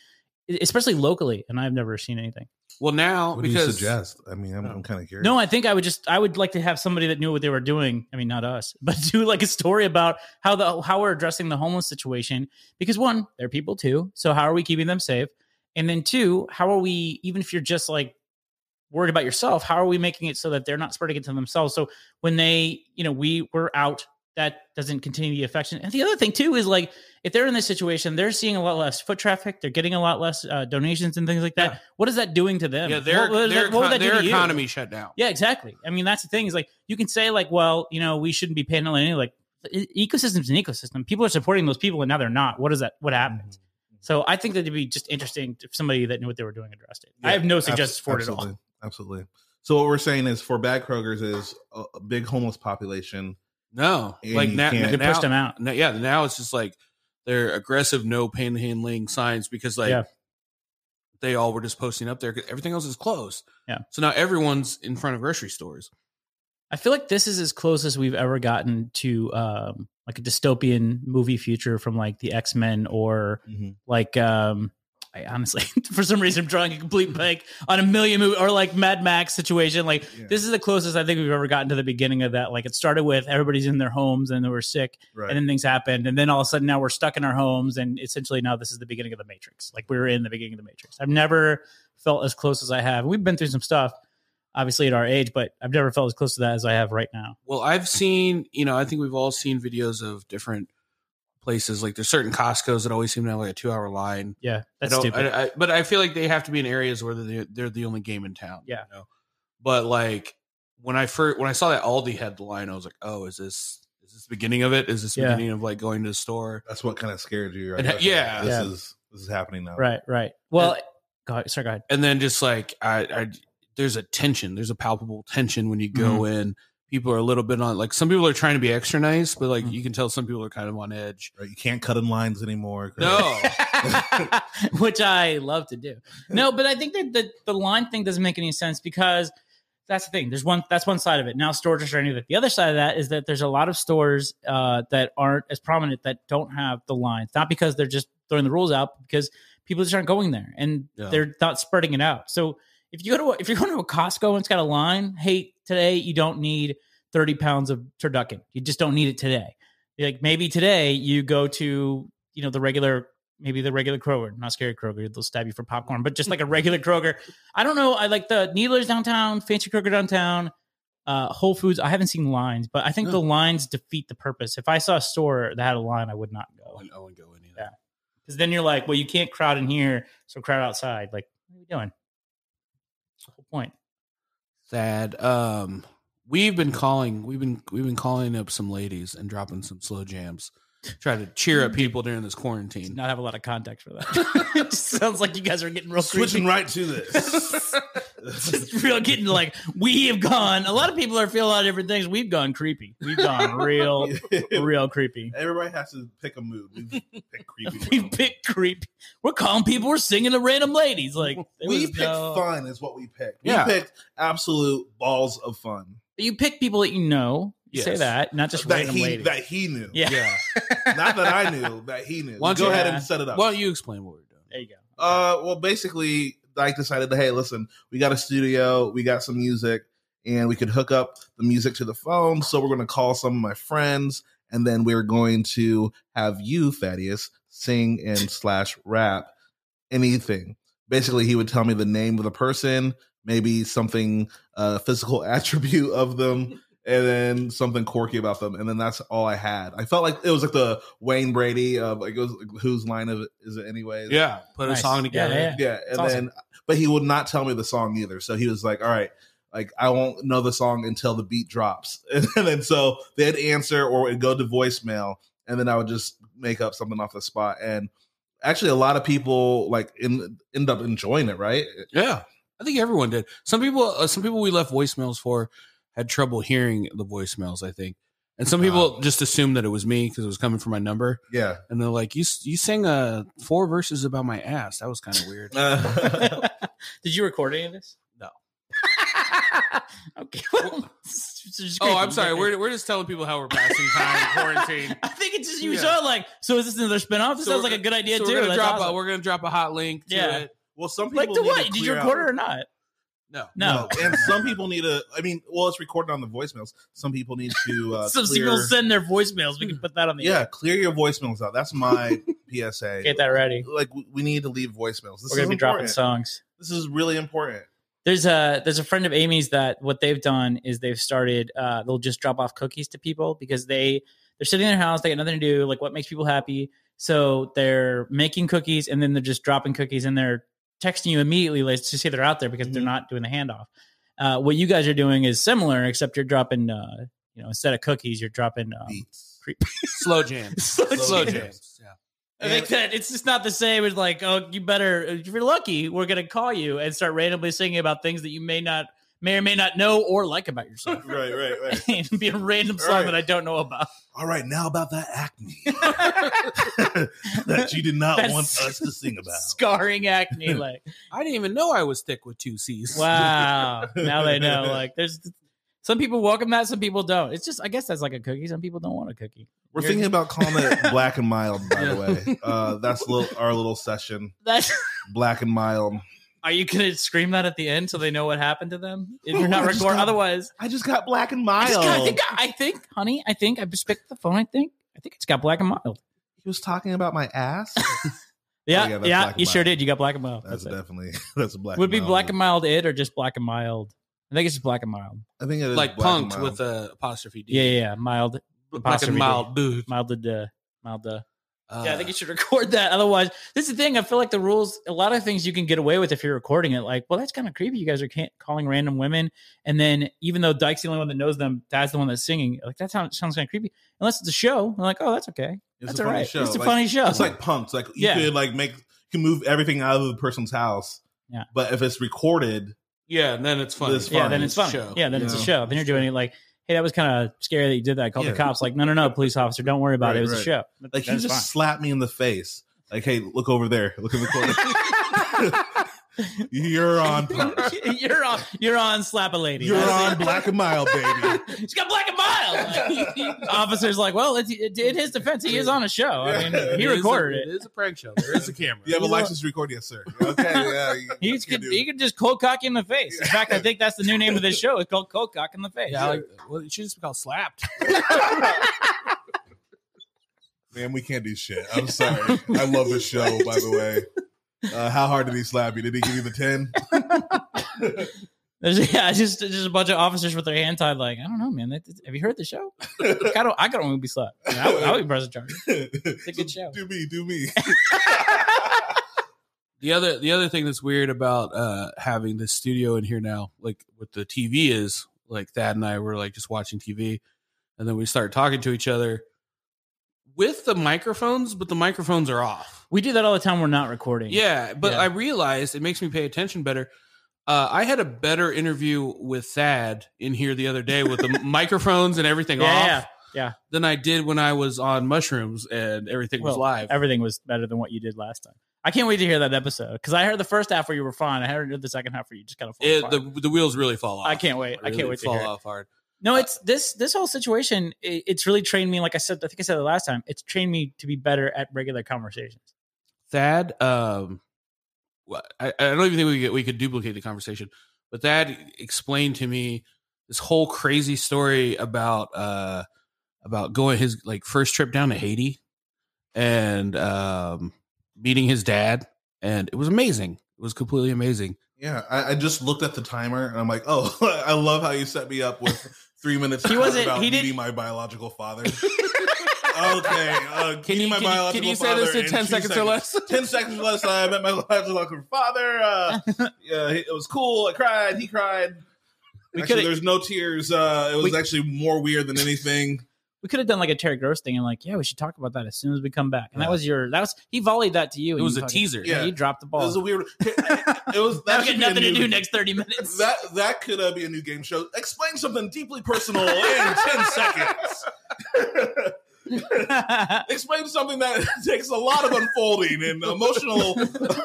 Speaker 1: e- especially locally? And I've never seen anything.
Speaker 4: well now
Speaker 3: What do you
Speaker 4: because
Speaker 3: suggest? I mean, I'm, I'm kind of curious.
Speaker 1: No, I think I would just I would like to have somebody that knew what they were doing. I mean, not us, but do like a story about how the how we're addressing the homeless situation because one, they're people too. So how are we keeping them safe? And then two, how are we even if you're just like worried about yourself, how are we making it so that they're not spreading it to themselves? So when they, you know, we were out that doesn't continue the affection. And the other thing too is like if they're in this situation, they're seeing a lot less foot traffic, they're getting a lot less uh, donations and things like that.
Speaker 4: Yeah.
Speaker 1: What is that doing to them?
Speaker 4: yeah their
Speaker 1: What- what is
Speaker 4: their,
Speaker 1: that- what would
Speaker 4: econ-
Speaker 1: that do
Speaker 4: their
Speaker 1: to you?
Speaker 4: economy shut down
Speaker 1: Yeah, exactly. I mean, that's the thing is like you can say like, well, you know, we shouldn't be paneling any like e- ecosystems an ecosystem. People are supporting those people, and now they're not. What is that? What
Speaker 3: Mm-hmm.
Speaker 1: happened? So I think that it'd be just interesting if somebody that knew what they were doing addressed it. I have no suggestions for it at all.
Speaker 3: Absolutely. Absolutely. So what we're saying is for bad Krogers is a, a big homeless population.
Speaker 4: no
Speaker 3: And
Speaker 4: like
Speaker 3: you
Speaker 4: na-
Speaker 3: can't-
Speaker 1: They
Speaker 4: now,
Speaker 1: pushed them out.
Speaker 4: no- yeah, now it's just like they're aggressive no panhandling signs because like
Speaker 1: Yeah.
Speaker 4: they all were just posting up there 'cause everything else is closed.
Speaker 1: Yeah.
Speaker 4: So now everyone's in front of grocery stores.
Speaker 1: I feel like this is as close as we've ever gotten to um, Mm-hmm. like a dystopian movie future from like the X Men or like um, I honestly, for some reason, I'm drawing a complete blank on a million movie or like Mad Max situation. Like
Speaker 3: Yeah.
Speaker 1: this is the closest I think we've ever gotten to the beginning of that. Like it started with everybody's in their homes and they were sick,
Speaker 3: Right.
Speaker 1: and then things happened, and then all of a sudden now we're stuck in our homes, and essentially now this is the beginning of the Matrix. Like we were in the beginning of the Matrix. I've never felt as close as I have. We've been through some stuff, obviously at our age, but I've never felt as close to that as I have right now.
Speaker 4: Well, I've seen, you know, I think we've all seen videos of different places. Like there's certain Costco's that always seem to have like a two hour line.
Speaker 1: Yeah,
Speaker 4: I
Speaker 1: that's
Speaker 4: don't-
Speaker 1: stupid.
Speaker 4: I- I- but I feel like they have to be in areas where they're, they're the only game in town.
Speaker 1: Yeah.
Speaker 4: you know? But like when I first when I saw that Aldi headline, I was like, oh, is this is this the beginning of it? Is this the
Speaker 1: Yeah.
Speaker 4: beginning of like going to the store?
Speaker 3: That's what kind of scared you.
Speaker 4: And-
Speaker 3: That's like,
Speaker 4: yeah.
Speaker 3: this
Speaker 1: Yeah.
Speaker 3: is this is happening now.
Speaker 1: right, right. Well, go ahead. sorry, go ahead.
Speaker 4: And then just like I, I there's a tension. There's a palpable tension when you go
Speaker 1: Mm-hmm.
Speaker 4: in. People are a little bit on like some people are trying to be extra nice, but like
Speaker 1: Mhm.
Speaker 4: you can tell some people are kind of on edge.
Speaker 3: Right, You can't cut in lines anymore.
Speaker 4: No.
Speaker 1: which I love to do. No, but I think that the, the line thing doesn't make any sense because that's the thing. There's one that's one side of it. Now stores are starting to. The other side of that is that there's a lot of stores uh, that aren't as prominent that don't have the lines. Not because they're just throwing the rules out, but because people just aren't going there and
Speaker 4: Yeah.
Speaker 1: they're not spreading it out. So if you go to a, if you're going to a Costco and it's got a line, hey, today you don't need 30 pounds of turducken. You just don't need it today. Like maybe today you go to you know the regular maybe the regular Kroger, not scary Kroger. They'll stab you for popcorn, but just like a regular Kroger. I don't know. I like the Needlers downtown, Fancy Kroger downtown, uh, Whole Foods. I haven't seen lines, but I think
Speaker 4: No.
Speaker 1: the lines defeat the purpose. If I saw a store that had a line, I would not
Speaker 4: I
Speaker 1: go
Speaker 4: wouldn't, I wouldn't go in either.
Speaker 1: Yeah. because then you're like, well, you can't crowd in here, so crowd outside. Like, what are we doing? That's the whole point.
Speaker 4: Sad. Um, we've been calling. We've been we've been calling up some ladies and dropping some slow jams. Try to cheer up people during this
Speaker 1: Did
Speaker 4: quarantine.
Speaker 1: Mm-hmm. not have a lot of context for that. it just sounds like you guys are getting real
Speaker 3: Switching
Speaker 1: creepy.
Speaker 3: right to this.
Speaker 1: Just real getting like we have gone. A lot of people are feeling a lot of different things. We've gone creepy. We've gone real, real creepy.
Speaker 3: Everybody has to pick a mood. We pick creepy.
Speaker 1: we pick creep. We're calling people. We're singing to random ladies. Like there
Speaker 3: we
Speaker 1: was
Speaker 3: picked
Speaker 1: no-
Speaker 3: fun is what we picked. We
Speaker 4: Yeah.
Speaker 3: picked absolute balls of fun
Speaker 1: You pick people that you know. You say
Speaker 4: Yes.
Speaker 1: that, not just
Speaker 3: that
Speaker 1: random
Speaker 3: he
Speaker 1: ladies.
Speaker 3: that he knew.
Speaker 1: yeah.
Speaker 4: Yeah.
Speaker 3: Not that I knew that he knew.
Speaker 4: Why don't
Speaker 3: Go
Speaker 4: you-
Speaker 3: ahead
Speaker 1: Yeah.
Speaker 3: and set it up.
Speaker 4: Why don't you explain what we're doing?
Speaker 1: there you go.
Speaker 3: Uh, well, basically, Dyke decided, hey, listen, we got a studio, we got some music, and we could hook up the music to the phone. So we're going to call some of my friends, and then we're going to have you, Thaddeus, sing and slash rap anything. Basically, he would tell me the name of the person, maybe something uh, physical attribute of them. And then something quirky about them, and then that's all I had. I felt like it was like the Wayne Brady of like, it was like whose line of it is it anyways?
Speaker 4: Yeah. Put
Speaker 1: Nice.
Speaker 4: a song together.
Speaker 1: Yeah, yeah,
Speaker 3: yeah and
Speaker 1: awesome.
Speaker 3: then but he would not tell me the song either so he was like all right like i won't know the song until the beat drops and then so they'd answer or it'd go to voicemail and then i would just make up something off the spot and actually a lot of people like in, end up enjoying it right
Speaker 4: Yeah. I think everyone did. Some people. Uh, some people we left voicemails for had trouble hearing the voicemails. I think. And some
Speaker 1: Ah.
Speaker 4: people just assumed that it was me because it was coming from my number,
Speaker 3: yeah
Speaker 4: and they're like, "You s- you sang uh, four verses about my ass. That was kind of weird."
Speaker 3: Uh,
Speaker 1: Did you record any of this?
Speaker 4: No.
Speaker 1: okay. Well, so just
Speaker 4: Oh,
Speaker 1: creepy.
Speaker 4: I'm sorry. We're, we're just telling people how we're passing time in quarantine.
Speaker 1: I think it's just you
Speaker 4: Yeah.
Speaker 1: saw it like. So is this another spinoff? This
Speaker 4: So
Speaker 1: sounds
Speaker 4: we're
Speaker 1: like a good idea
Speaker 4: so
Speaker 1: too.
Speaker 4: we're gonna
Speaker 1: That's
Speaker 4: drop a
Speaker 1: awesome.
Speaker 4: we're gonna drop a hot link to
Speaker 1: Yeah.
Speaker 4: it.
Speaker 3: well some people
Speaker 1: like to
Speaker 3: need
Speaker 1: what? Did you
Speaker 3: clear
Speaker 1: record
Speaker 3: out-
Speaker 1: it or not?
Speaker 4: No.
Speaker 1: No.
Speaker 3: and some people need to i mean well it's recorded on the voicemails some people need to uh
Speaker 1: Some
Speaker 3: clear- Hmm.
Speaker 1: people send their voicemails. We can put that on the
Speaker 3: yeah clear your voicemails out that's my psa
Speaker 1: Get that ready.
Speaker 3: like w- we need to leave voicemails. This
Speaker 1: we're gonna
Speaker 3: is
Speaker 1: be dropping
Speaker 3: important.
Speaker 1: songs.
Speaker 3: This is really important.
Speaker 1: There's a there's a friend of Amy's that what they've done is they've started uh, they'll just drop off cookies to people because they they're sitting in their house they got nothing to do like what makes people happy so they're making cookies and then they're just dropping cookies and they're texting you immediately like, to say they're out there because they're
Speaker 3: Mhm.
Speaker 1: not doing the handoff. Uh, what you guys are doing is similar except you're dropping uh, you know instead of cookies you're dropping um,
Speaker 3: Beats.
Speaker 4: Slow jam.
Speaker 1: slow
Speaker 4: Slow
Speaker 1: jams.
Speaker 4: jams. Yeah.
Speaker 1: I think that it's just not the same as like, oh, you better if you're lucky, we're gonna call you and start randomly singing about things that you may not may or may not know or like about yourself.
Speaker 3: Right, right, right.
Speaker 1: It'd be a random song
Speaker 3: Right.
Speaker 1: that I don't know about.
Speaker 3: All right, now about that acne that you did not
Speaker 1: That's-
Speaker 3: want us to sing about.
Speaker 1: Scarring acne, like
Speaker 4: I didn't even know I was thick with two C's.
Speaker 1: wow. now they know. Like there's some people welcome that, some people don't. It's just I guess that's like a cookie. Some people don't want a cookie.
Speaker 3: We're
Speaker 1: You're-
Speaker 3: thinking about calling it Black and Mild, by
Speaker 4: Yeah.
Speaker 3: the way. Uh, that's a little, our little session.
Speaker 1: That's
Speaker 3: black and mild.
Speaker 1: Are you gonna scream that at the end so they know what happened to them? If you're not
Speaker 3: I just
Speaker 1: recording,
Speaker 3: got-
Speaker 1: otherwise,
Speaker 3: I just got black and
Speaker 1: I,
Speaker 3: mild.
Speaker 1: just got- I think, I think, honey, I think I just picked the phone. I think, I think it's got black and mild.
Speaker 3: he was talking about my ass.
Speaker 1: Yeah,
Speaker 3: Oh, yeah,
Speaker 1: yeah,
Speaker 3: that's black and
Speaker 1: you sure
Speaker 3: mild.
Speaker 1: did. You got black and mild.
Speaker 3: that's
Speaker 1: That's it.
Speaker 3: definitely that's a black.
Speaker 1: Would be
Speaker 3: mild.
Speaker 1: black and mild it or just black and mild? I think it's just black and mild.
Speaker 3: I think it is
Speaker 4: like
Speaker 3: black and
Speaker 4: punked
Speaker 3: mild.
Speaker 4: with a apostrophe D.
Speaker 1: Yeah, yeah, yeah. mild,
Speaker 4: like a
Speaker 1: apostrophe D.
Speaker 4: mild dude.
Speaker 1: mild, uh, mild. Uh,
Speaker 4: Uh,
Speaker 1: yeah, I think you should record that. Otherwise, this is the thing. I feel like the rules. A lot of things you can get away with if you're recording it. Like, well, that's kind of creepy. You guys are can calling random women, and then even though Dyke's the only one that knows them, Tad's the one that's singing. Like that sounds, sounds kind of creepy. Unless it's a show, I'm like, oh, that's okay.
Speaker 3: It's
Speaker 1: that's
Speaker 3: a
Speaker 1: all
Speaker 3: funny
Speaker 1: right.
Speaker 3: show.
Speaker 1: It's a
Speaker 3: Like,
Speaker 1: funny show.
Speaker 3: It's like punks. Like you
Speaker 1: Yeah.
Speaker 3: could like make you can move everything out of the person's house.
Speaker 1: Yeah.
Speaker 3: But if it's recorded,
Speaker 4: yeah, and then it's funny.
Speaker 3: This
Speaker 1: yeah,
Speaker 3: funny.
Speaker 1: then it's fun.
Speaker 4: Show.
Speaker 1: Yeah, then it's a
Speaker 3: Yeah.
Speaker 1: show. Then you're doing it like, hey, that was kind of scary that you did that. I called
Speaker 3: Yeah.
Speaker 1: the cops. Like, no, no, no, police officer, don't worry about it. It
Speaker 3: Right,
Speaker 1: was
Speaker 3: right.
Speaker 1: a show.
Speaker 3: like he
Speaker 1: That's
Speaker 3: just
Speaker 1: fine.
Speaker 3: slapped me in the face. Like, hey, look over there. Look in the corner. You're on. punk.
Speaker 1: you're on. You're on. Slap a lady.
Speaker 3: You're
Speaker 1: That's
Speaker 3: on black and mild, baby.
Speaker 1: it. She's got black and mild. Like, officer's like, well, it's, it, in his defense, he is on a show. I mean, he
Speaker 4: It is
Speaker 1: recorded
Speaker 4: a,
Speaker 1: it.
Speaker 4: It is a prank show. There is a camera.
Speaker 3: You have a
Speaker 1: He's
Speaker 3: license to record, yes, sir. Okay, yeah. you-
Speaker 1: He's
Speaker 3: that's your
Speaker 1: could,
Speaker 3: dude.
Speaker 1: he could just cold cock you in the face. In fact, I think that's the new name of this show. It's called cold cock in the face.
Speaker 4: Yeah, I like, well, it should just be called slapped.
Speaker 3: Man, we can't do shit. I'm sorry. I love this show, by the way. Uh, how hard did he slap you? Did he give you the ten?
Speaker 1: There's yeah, just just a bunch of officers with their hand tied. Like, I don't know, man. That, have you heard the show? Like, I don't. I could only be slapped. I, mean, I would- I would be pressing charges.
Speaker 3: it's
Speaker 1: a good show.
Speaker 3: Do me, do me.
Speaker 4: The other the other thing that's weird about uh having this studio in here now, like with the TV is like Thad and I were like just watching TV and then we start talking to each other with the microphones, but the microphones are off.
Speaker 1: We do that all the time. We're not recording.
Speaker 4: Yeah, but
Speaker 1: Yeah.
Speaker 4: I realized it makes me pay attention better. Uh, I had a better interview with Thad in here the other day with the microphones and everything
Speaker 1: Yeah,
Speaker 4: off
Speaker 1: yeah, yeah.
Speaker 4: than I did when I was on mushrooms and everything was
Speaker 1: Well,
Speaker 4: live.
Speaker 1: Everything was better than what you did last time. I can't wait to hear that episode because I heard the first half where you were fine. I heard the second half where you just kind of.
Speaker 4: it, the the wheels really fall off.
Speaker 1: I can't wait. I
Speaker 4: Really
Speaker 1: can't wait to
Speaker 4: fall
Speaker 1: hear. it.
Speaker 4: off hard.
Speaker 1: No, it's this this whole situation. It, it's really trained me. Like I said, I think I said it last time. It's trained me to be better at regular conversations.
Speaker 4: Thad, um, wha- I, I don't even think we could, we could duplicate the conversation, but Thad explained to me this whole crazy story about uh about going his like first trip down to Haiti and um meeting his dad, and it was amazing. It was completely amazing.
Speaker 3: Yeah, I, I just looked at the timer and I'm like, oh, I love how you set me up with three minutes. to
Speaker 1: He
Speaker 3: talk
Speaker 1: wasn't-
Speaker 3: about
Speaker 1: he didn't-
Speaker 3: my biological father. okay, uh,
Speaker 4: Can
Speaker 3: meeting
Speaker 4: you,
Speaker 3: my
Speaker 4: can, you,
Speaker 3: biological
Speaker 4: can you say this
Speaker 3: father
Speaker 4: in ten
Speaker 3: two
Speaker 4: seconds, or less?
Speaker 3: Ten seconds or less. I met my biological father. Uh, yeah, he- it was cool. I cried. He cried.
Speaker 1: We
Speaker 3: actually,
Speaker 1: coulda-
Speaker 3: there's no tears. Uh, it was
Speaker 1: We-
Speaker 3: actually more weird than anything.
Speaker 1: We could have done like a Terry Gross thing and like, yeah, we should talk about that as soon as we come back. And
Speaker 3: Yeah.
Speaker 1: that was your that was he volleyed that to you.
Speaker 4: It
Speaker 1: and
Speaker 4: was
Speaker 1: you
Speaker 4: a
Speaker 1: fucking-
Speaker 4: teaser.
Speaker 1: Yeah,
Speaker 3: Yeah.
Speaker 1: you dropped the
Speaker 3: It
Speaker 1: ball.
Speaker 3: was a weird. It was
Speaker 1: now
Speaker 3: that
Speaker 1: we got
Speaker 3: should be a
Speaker 1: nothing to
Speaker 3: new-
Speaker 1: do next thirty minutes.
Speaker 3: That that could uh, be a new game show. Explain something deeply personal in ten seconds. explain something that takes a lot of unfolding and emotional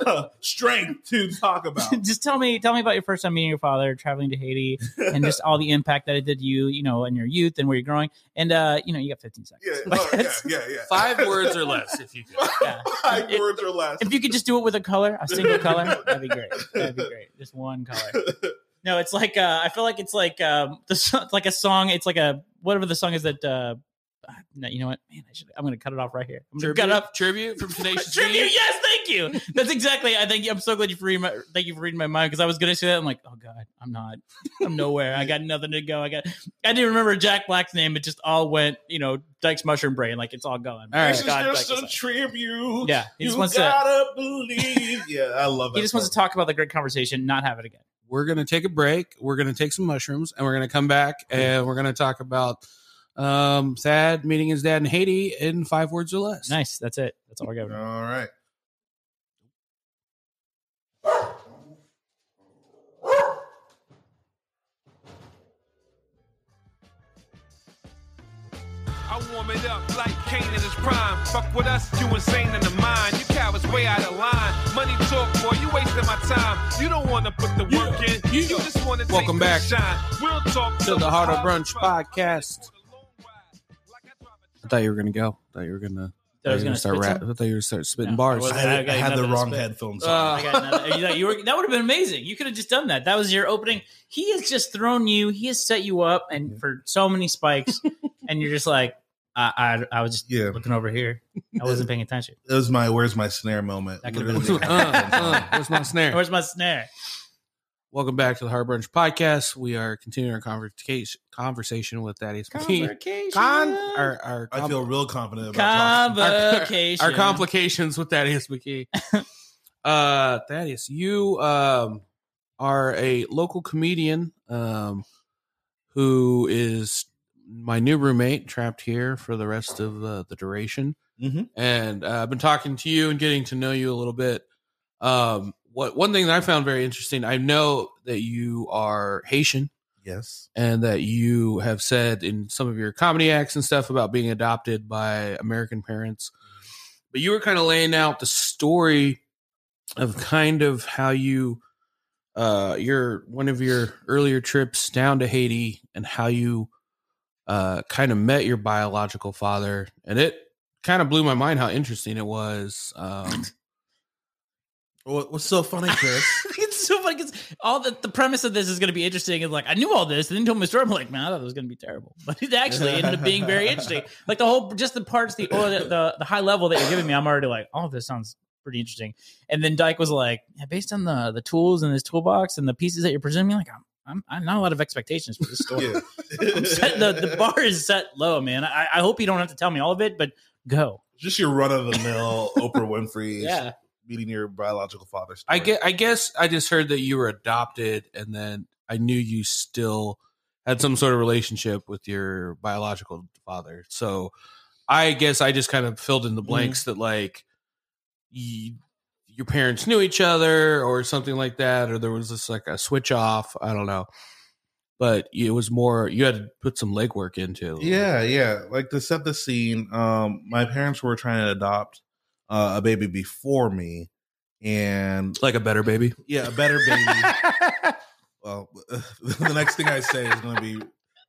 Speaker 3: uh, strength to talk about.
Speaker 1: just tell me tell me about your first time meeting your father traveling to haiti and just all the impact that it did to you you know in your youth and where you're growing and uh you know you got 15 seconds
Speaker 3: Yeah,
Speaker 1: Like,
Speaker 3: oh, yeah,
Speaker 1: that's-
Speaker 3: yeah, yeah.
Speaker 4: Five words or less, if you can.
Speaker 1: yeah.
Speaker 3: Five words or less.
Speaker 1: if you could just do it with a color a single color that'd be great that'd be great just one color no it's like uh i feel like it's like um the so- it's like a song it's like a whatever the song is that uh no, you know what man i should i'm gonna cut it off right here i'm gonna cut
Speaker 4: Tribute,
Speaker 1: it off
Speaker 4: tribute from Tenacious D.
Speaker 1: Tribute, yes, thank you. That's exactly. I think I'm so glad you for reading my, thank you for reading my mind because I was gonna say that. I'm like, oh god, I'm not. I'm nowhere. I got nothing to go. I got. I didn't remember Jack Black's name. It just all went. You know, Dyke's mushroom brain. Like it's all gone.
Speaker 4: All right.
Speaker 3: this is
Speaker 1: God,
Speaker 3: just
Speaker 1: Dyke
Speaker 3: a
Speaker 1: was
Speaker 3: tribute.
Speaker 1: like- yeah, he
Speaker 3: you
Speaker 1: just wants to.
Speaker 3: gotta believe. Yeah, I love that.
Speaker 1: He just wants to talk about the great conversation, not have it again.
Speaker 4: we're going to take a break. We're going to take some mushrooms and we're going to come back and we're going to talk about um, Thad meeting his dad in Haiti in five words or less.
Speaker 1: Nice. That's it. That's all we're
Speaker 3: All
Speaker 1: going.
Speaker 3: right.
Speaker 5: I warm it up like Kane in his prime. Fuck with us, you insane in the mind. You cowards way out of line. Money talk, boy, you wasting my time. You don't wanna put the work in.
Speaker 4: yeah.
Speaker 5: You just wanna
Speaker 4: Welcome
Speaker 5: take the
Speaker 4: back
Speaker 5: shine. Real talk
Speaker 4: to
Speaker 5: so
Speaker 4: the Heart of
Speaker 5: hard
Speaker 4: Brunch
Speaker 5: to find.
Speaker 4: podcast. I thought you were going to go. I thought you were going to.
Speaker 1: That That I was
Speaker 4: You're
Speaker 1: going to
Speaker 4: start
Speaker 1: start
Speaker 4: rap. I thought you were gonna start spitting
Speaker 1: No,
Speaker 4: bars.
Speaker 1: I
Speaker 3: I
Speaker 1: wasn't.
Speaker 3: had,
Speaker 1: got
Speaker 3: I had the
Speaker 1: nothing uh, to
Speaker 3: wrong
Speaker 1: spit.
Speaker 3: headphones on.
Speaker 1: I got another- you thought you were- that would have been amazing. You could have just done that. That was your opening. He has just thrown you. He has set you up, and for so many spikes, and you're just like, I, I, I was just
Speaker 3: yeah,
Speaker 1: looking over here. I wasn't paying attention.
Speaker 3: it was my where's my snare moment.
Speaker 1: That could've
Speaker 3: Literally.
Speaker 1: been-
Speaker 4: uh, uh, where's my snare?
Speaker 1: Where's my snare?
Speaker 4: Welcome back to the Hard Brunch Podcast. We are continuing our conversation conversation with Thaddeus McKee. Con- our, our,
Speaker 3: I feel real confident about talking.
Speaker 1: Convocation.
Speaker 4: our complications with Thaddeus McKee. uh, Thaddeus, you um, are a local comedian um, who is my new roommate, trapped here for the rest of uh, the duration.
Speaker 3: Mhm.
Speaker 4: And uh, I've been talking to you and getting to know you a little bit. Um, what one thing that I found very interesting, I know that you are Haitian
Speaker 3: Yes.
Speaker 4: and that you have said in some of your comedy acts and stuff about being adopted by American parents. But you were kind of laying out the story of kind of how you uh your one of your earlier trips down to Haiti and how you uh kind of met your biological father and it kind of blew my mind how interesting it was um
Speaker 3: What, what's so funny, Chris?
Speaker 1: it's so funny because all the, the premise of this is going to be interesting. And like, I knew all this, and then told me the story. I'm like, man, I thought it was going to be terrible, but it actually ended up being very interesting. Like the whole, just the parts, the or the, the the high level that you're giving me, I'm already like, oh, this sounds pretty interesting. And then Dyke was like, yeah, based on the the tools in this toolbox and the pieces that you're presenting me, like, I'm I'm, I'm not a lot of expectations for this story.
Speaker 3: yeah.
Speaker 1: I'm set- the the bar is set low, man. I, I hope you don't have to tell me all of it, but go.
Speaker 3: Just your run of the mill Oprah Winfrey
Speaker 1: Yeah,
Speaker 3: meeting your biological father. Story.
Speaker 4: I get. I guess I just heard that you were adopted, and then I knew you still had some sort of relationship with your biological father. So I guess I just kind of filled in the
Speaker 1: Mm-hmm.
Speaker 4: blanks that like you, your parents knew each other or something like that, or there was just like a switch off. I don't know, but it was more you had to put some legwork into.
Speaker 3: Yeah, yeah. Like to set the scene, um, my parents were trying to adopt uh, a baby before me, and
Speaker 4: like a better baby.
Speaker 3: yeah, a better baby. well, the next thing I say is going to be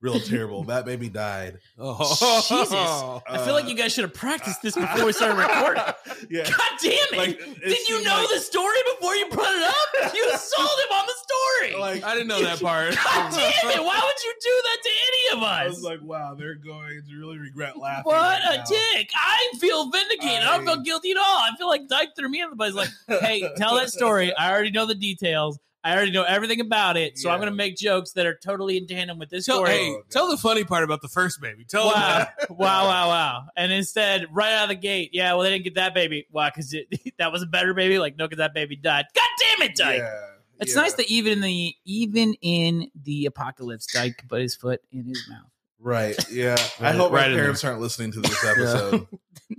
Speaker 3: real terrible. That baby died.
Speaker 4: Oh,
Speaker 1: Jesus. I feel
Speaker 3: Uh,
Speaker 1: like you guys should have practiced this before we started recording.
Speaker 3: yeah.
Speaker 1: God damn it!
Speaker 3: Like,
Speaker 1: Did you know the story before you brought it up? You sold him on the story.
Speaker 3: Like,
Speaker 4: I didn't know that part.
Speaker 1: God damn it! Why would you do that to any of us?
Speaker 3: I was like, wow, they're going to really regret laughing.
Speaker 1: what
Speaker 3: right
Speaker 1: a
Speaker 3: now.
Speaker 1: dick! I feel vindicated. I, don't feel
Speaker 3: I-
Speaker 1: guilty at all. I feel like Dyke threw me in the place. Like, hey, tell that story. I already know the details. I already know everything about it. So I'm
Speaker 3: Yeah.
Speaker 1: going to make jokes that are totally in tandem with this
Speaker 4: Tell,
Speaker 1: story.
Speaker 4: hey, tell the funny part about the first baby. Tell them
Speaker 1: wow,
Speaker 4: that.
Speaker 1: wow, wow, wow. And instead, right out of the gate, yeah, well, they didn't get that baby. Why? Because that was a better baby. Like, no, because that baby died. God damn it, Dyke.
Speaker 3: Yeah,
Speaker 1: It's
Speaker 3: yeah.
Speaker 1: nice that even in the even in the apocalypse, Dyke could put his foot in his mouth.
Speaker 3: Right. Yeah. I
Speaker 4: Right-
Speaker 3: hope
Speaker 4: right
Speaker 3: my
Speaker 4: in
Speaker 3: parents aren't listening to this episode.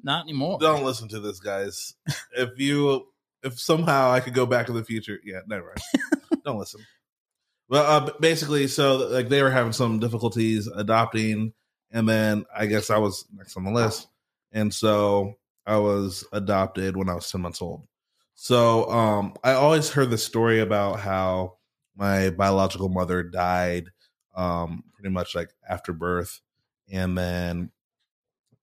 Speaker 1: Not anymore.
Speaker 3: Don't listen to this, guys. If you, if somehow I could go back in the future, yeah, never mind. Don't listen. Well, uh, basically, so like they were having some difficulties adopting, and then I guess I was next on the list, and so I was adopted when I was ten months old. So um, I always heard the story about how my biological mother died, um, pretty much like after birth, and then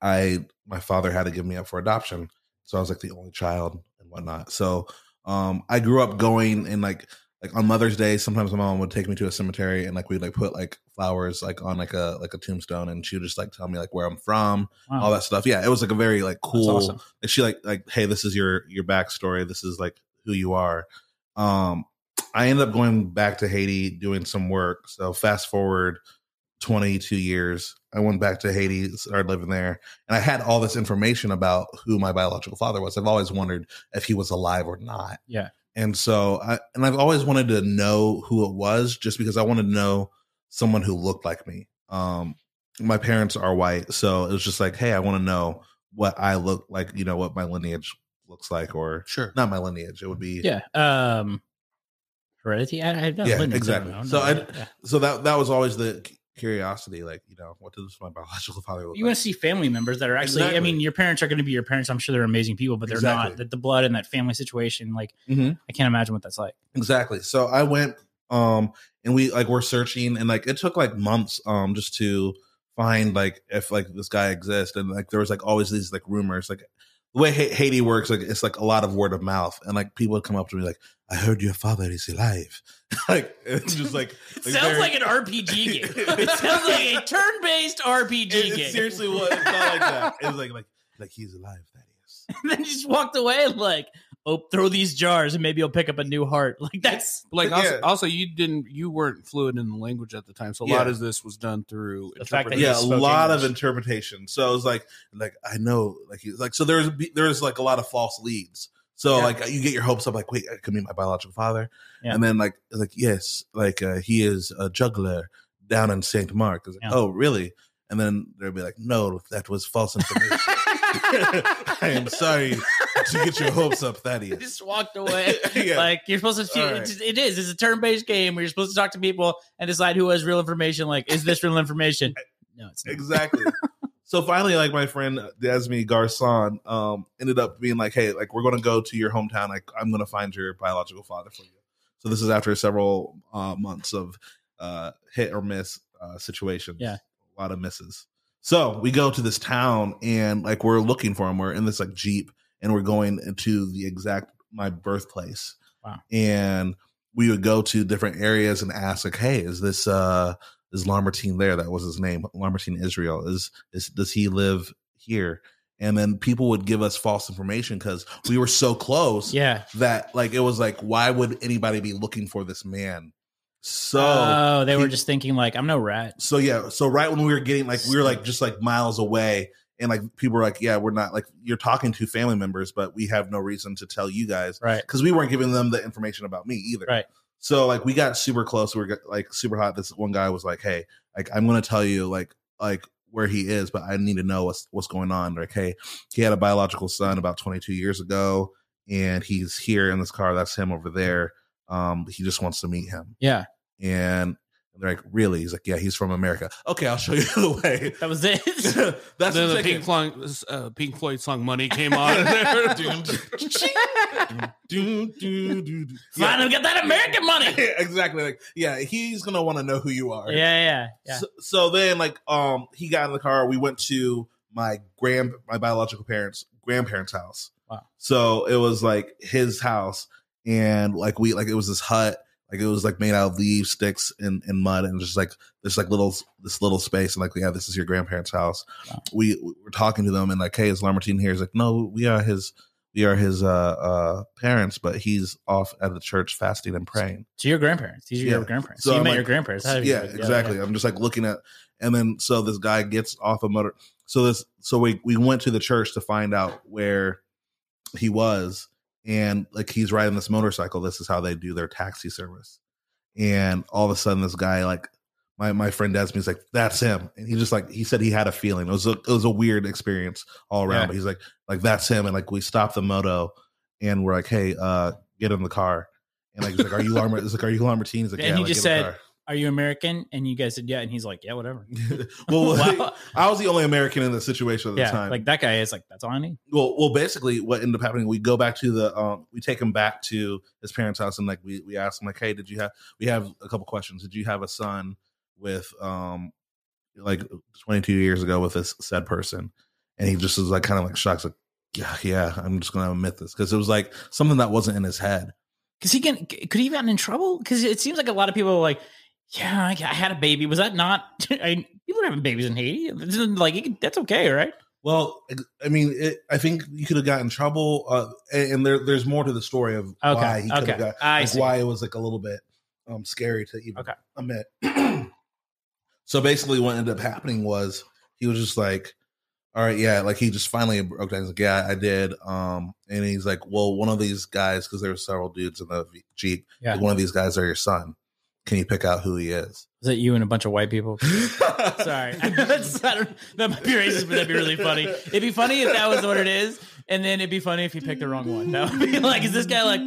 Speaker 3: I my father had to give me up for adoption. So I was like the only child and whatnot. So um I grew up going and like like on Mother's Day, sometimes my mom would take me to a cemetery and like we'd like put like flowers like on like a like a tombstone and she would just like tell me like where I'm from,
Speaker 1: Wow.
Speaker 3: all that stuff. Yeah, it was like a very like
Speaker 1: Oh. That's
Speaker 3: cool
Speaker 1: awesome.
Speaker 3: and she like like hey this is your your backstory this is like who you are um i ended up going back to haiti doing some work so fast forward 22 years i went back to haiti started living there and i had all this information about who my biological father was i've always wondered if he was alive or not
Speaker 1: Yeah.
Speaker 3: and so i and i've always wanted to know who it was just because i wanted to know someone who looked like me um my parents are white so it was just like hey i want to know what I look like, you know, what my lineage looks like, or
Speaker 4: Sure.
Speaker 3: not my lineage. It would be
Speaker 1: Yeah. Um, heredity. I, I don't
Speaker 3: Yeah,
Speaker 1: lineage, I
Speaker 3: exactly.
Speaker 1: don't know.
Speaker 3: So I-
Speaker 1: Yeah.
Speaker 3: So that that was always the c- curiosity, like you know, what does my biological father look
Speaker 1: you
Speaker 3: like?
Speaker 1: want to see family members that are actually. I
Speaker 3: Exactly.
Speaker 1: mean, your parents are going to be your parents. I'm sure they're amazing people, but they're not.
Speaker 3: Exactly.
Speaker 1: The, the blood and that family situation, like,
Speaker 3: Mhm.
Speaker 1: I can't imagine what that's like.
Speaker 3: Exactly. So I went, um, and we like were searching, and like it took like months, um, just to find like if like this guy exists, and like there was like always these like rumors, like the way Ha- Haiti works, like it's like a lot of word of mouth, and like people come up to me like, "I heard your father is alive," like it's just like
Speaker 1: It sounds like an RPG game. It sounds like a turn-based RPG
Speaker 3: it, it
Speaker 1: game.
Speaker 3: seriously was. It's not like that. It was like like like he's alive. Thaddeus.
Speaker 1: and then just walked away like, oh, throw these jars and maybe you'll pick up a new heart. Like that's
Speaker 4: Like
Speaker 3: Yeah.
Speaker 4: also, also, you didn't, you weren't fluid in the language at the time, so a lot
Speaker 3: Yeah.
Speaker 4: of this was done through
Speaker 1: The fact that
Speaker 4: interpretation.
Speaker 1: he
Speaker 3: Yeah, a
Speaker 1: spoke
Speaker 3: lot of
Speaker 1: English.
Speaker 3: interpretation. So it was like like I know like he's like so there's there's like a lot of false leads. So
Speaker 4: Yeah.
Speaker 3: like you get your hopes up like wait I could meet my biological father,
Speaker 1: Yeah.
Speaker 3: and then like like yes like uh, he is a juggler down in Saint Mark. It's like,
Speaker 1: Yeah.
Speaker 3: Oh really? And then they'll be like no that was false information. I am sorry to get your hopes up,
Speaker 1: I
Speaker 3: Thaddeus.
Speaker 1: just walked away.
Speaker 3: Yeah.
Speaker 1: Like you're supposed to. See,
Speaker 3: All right.
Speaker 1: it's, it is. It's a turn-based game where you're supposed to talk to people and decide who has real information. Like, is this real information? No, it's not.
Speaker 3: Exactly. so finally, like my friend Desme Garcon um, ended up being like, "Hey, like we're going to go to your hometown. Like I'm going to find your biological father for you." So this is after several uh, months of uh, hit or miss uh, situations.
Speaker 1: Yeah.
Speaker 3: a lot of misses. So we go to this town and like we're looking for him. We're in this like jeep and we're going into the exact my birthplace.
Speaker 1: Wow.
Speaker 3: And we would go to different areas and ask like, "Hey, is this uh is Lamartine there? That was his name, Lamartine Israel. Is is does he live here?" And then people would give us false information because we were so close
Speaker 1: Yeah.
Speaker 3: that like it was like, why would anybody be looking for this man? So
Speaker 1: Oh, they were
Speaker 3: he-
Speaker 1: just thinking like, I'm no rat.
Speaker 3: so yeah, so right when we were getting like we were like just like miles away, and like people were like, yeah, we're not like you're talking to family members, but we have no reason to tell you guys
Speaker 1: Right.
Speaker 3: because we weren't giving them the information about me either.
Speaker 1: Right.
Speaker 3: So like we got super close. We were get- like super hot. This one guy was like, hey, like I'm gonna tell you like like where he is, but I need to know what's what's going on. Like, hey, he had a biological son about 22 years ago, and he's here in this car. That's him over there. Um, he just wants to meet him
Speaker 1: Yeah.
Speaker 3: and they're like, "Really?" He's like, "Yeah, he's from America." Okay, I'll show you the way.
Speaker 1: That was it.
Speaker 3: That's
Speaker 4: then
Speaker 3: the
Speaker 4: the Pink
Speaker 3: second.
Speaker 4: Floyd, uh, Pink Floyd song "Money" came on. there.
Speaker 3: Do, do, do, do. Yeah.
Speaker 1: Finally got that American money. Yeah,
Speaker 3: Yeah, exactly. Like, yeah, he's gonna want to know who you are.
Speaker 1: yeah, yeah.
Speaker 3: So, so then, like, um, he got in the car. We went to my grand, my biological parents' grandparents' house.
Speaker 1: Wow.
Speaker 3: So it was like his house, and like we, like it was this hut, like it was like made out of leaves, sticks, and and mud, and just like this like little this little space, and like yeah, this is your grandparents' house.
Speaker 1: Wow.
Speaker 3: We, we were talking to them, and like, hey, is Lamartine here? He's like, no, we are his. We are his uh, uh, parents, but he's off at the church fasting and praying.
Speaker 1: To your grandparents. These are your
Speaker 3: Yeah.
Speaker 1: grandparents.
Speaker 3: So
Speaker 1: So you
Speaker 3: I'm
Speaker 1: met
Speaker 3: like-
Speaker 1: your grandparents. How do you-
Speaker 3: yeah, exactly. I'm just like looking at, and then so this guy gets off a motor. So this, so we we went to the church to find out where he was, and like he's riding this motorcycle. This is how they do their taxi service. And all of a sudden, this guy like my my friend Desmond's like, "That's him," and he just like he said he had a feeling. It was a, it was a weird experience all around.
Speaker 1: Yeah.
Speaker 3: But he's like, like that's him, and like we stopped the moto, and we're like, "Hey, uh, get in the car." And like he's like, "Are you Lamar?" He's like, "Are you Lamartine?" He's like,
Speaker 1: And
Speaker 3: "Yeah."
Speaker 1: he
Speaker 3: like,
Speaker 1: just
Speaker 3: get in the
Speaker 1: said,
Speaker 3: car."
Speaker 1: Are you American? And you guys said, Yeah. And he's like, Yeah, whatever.
Speaker 3: well,
Speaker 1: Wow.
Speaker 3: I was the only American in the situation at the
Speaker 1: yeah.
Speaker 3: time.
Speaker 1: Like that guy is like, That's all I need.
Speaker 3: well, well, basically, what ended up happening, we go back to the, um, we take him back to his parents' house, and like we we ask him, like, hey, did you have? We have a couple questions. Did you have a son with, um, like, twenty two years ago with this said person? And he just was like, kind of like shocked, like, yeah, yeah, I'm just gonna admit this because it was like something that wasn't in his head.
Speaker 1: Because he can, c- could he gotten in trouble? Because it seems like a lot of people are like, yeah, I, I had a baby. Was that not? I, people are having babies in Haiti. This isn't Like, you can- that's okay, right?
Speaker 3: Well, I mean, it, I think you could have got in trouble, uh, and and there, there's more to the story of why
Speaker 1: Okay.
Speaker 3: he could have
Speaker 1: Okay.
Speaker 3: got
Speaker 1: I
Speaker 3: like
Speaker 1: see.
Speaker 3: why it was like a little bit um scary to even
Speaker 1: Okay.
Speaker 3: admit. so basically, what ended up happening was he was just like, "All right, yeah," like he just finally broke down. He's like, "Yeah, I did." Um, and he's like, "Well, one of these guys, because there were several dudes in the v- jeep,
Speaker 1: Yeah.
Speaker 3: like, one of these guys are your son. Can you pick out who he is?"
Speaker 1: Is that you and a bunch of white people? Sorry, That's- I don't- that might be racist, but that'd be really funny. It'd be funny if that was what it is, and then it'd be funny if you picked the wrong one. That would be like, is this guy like?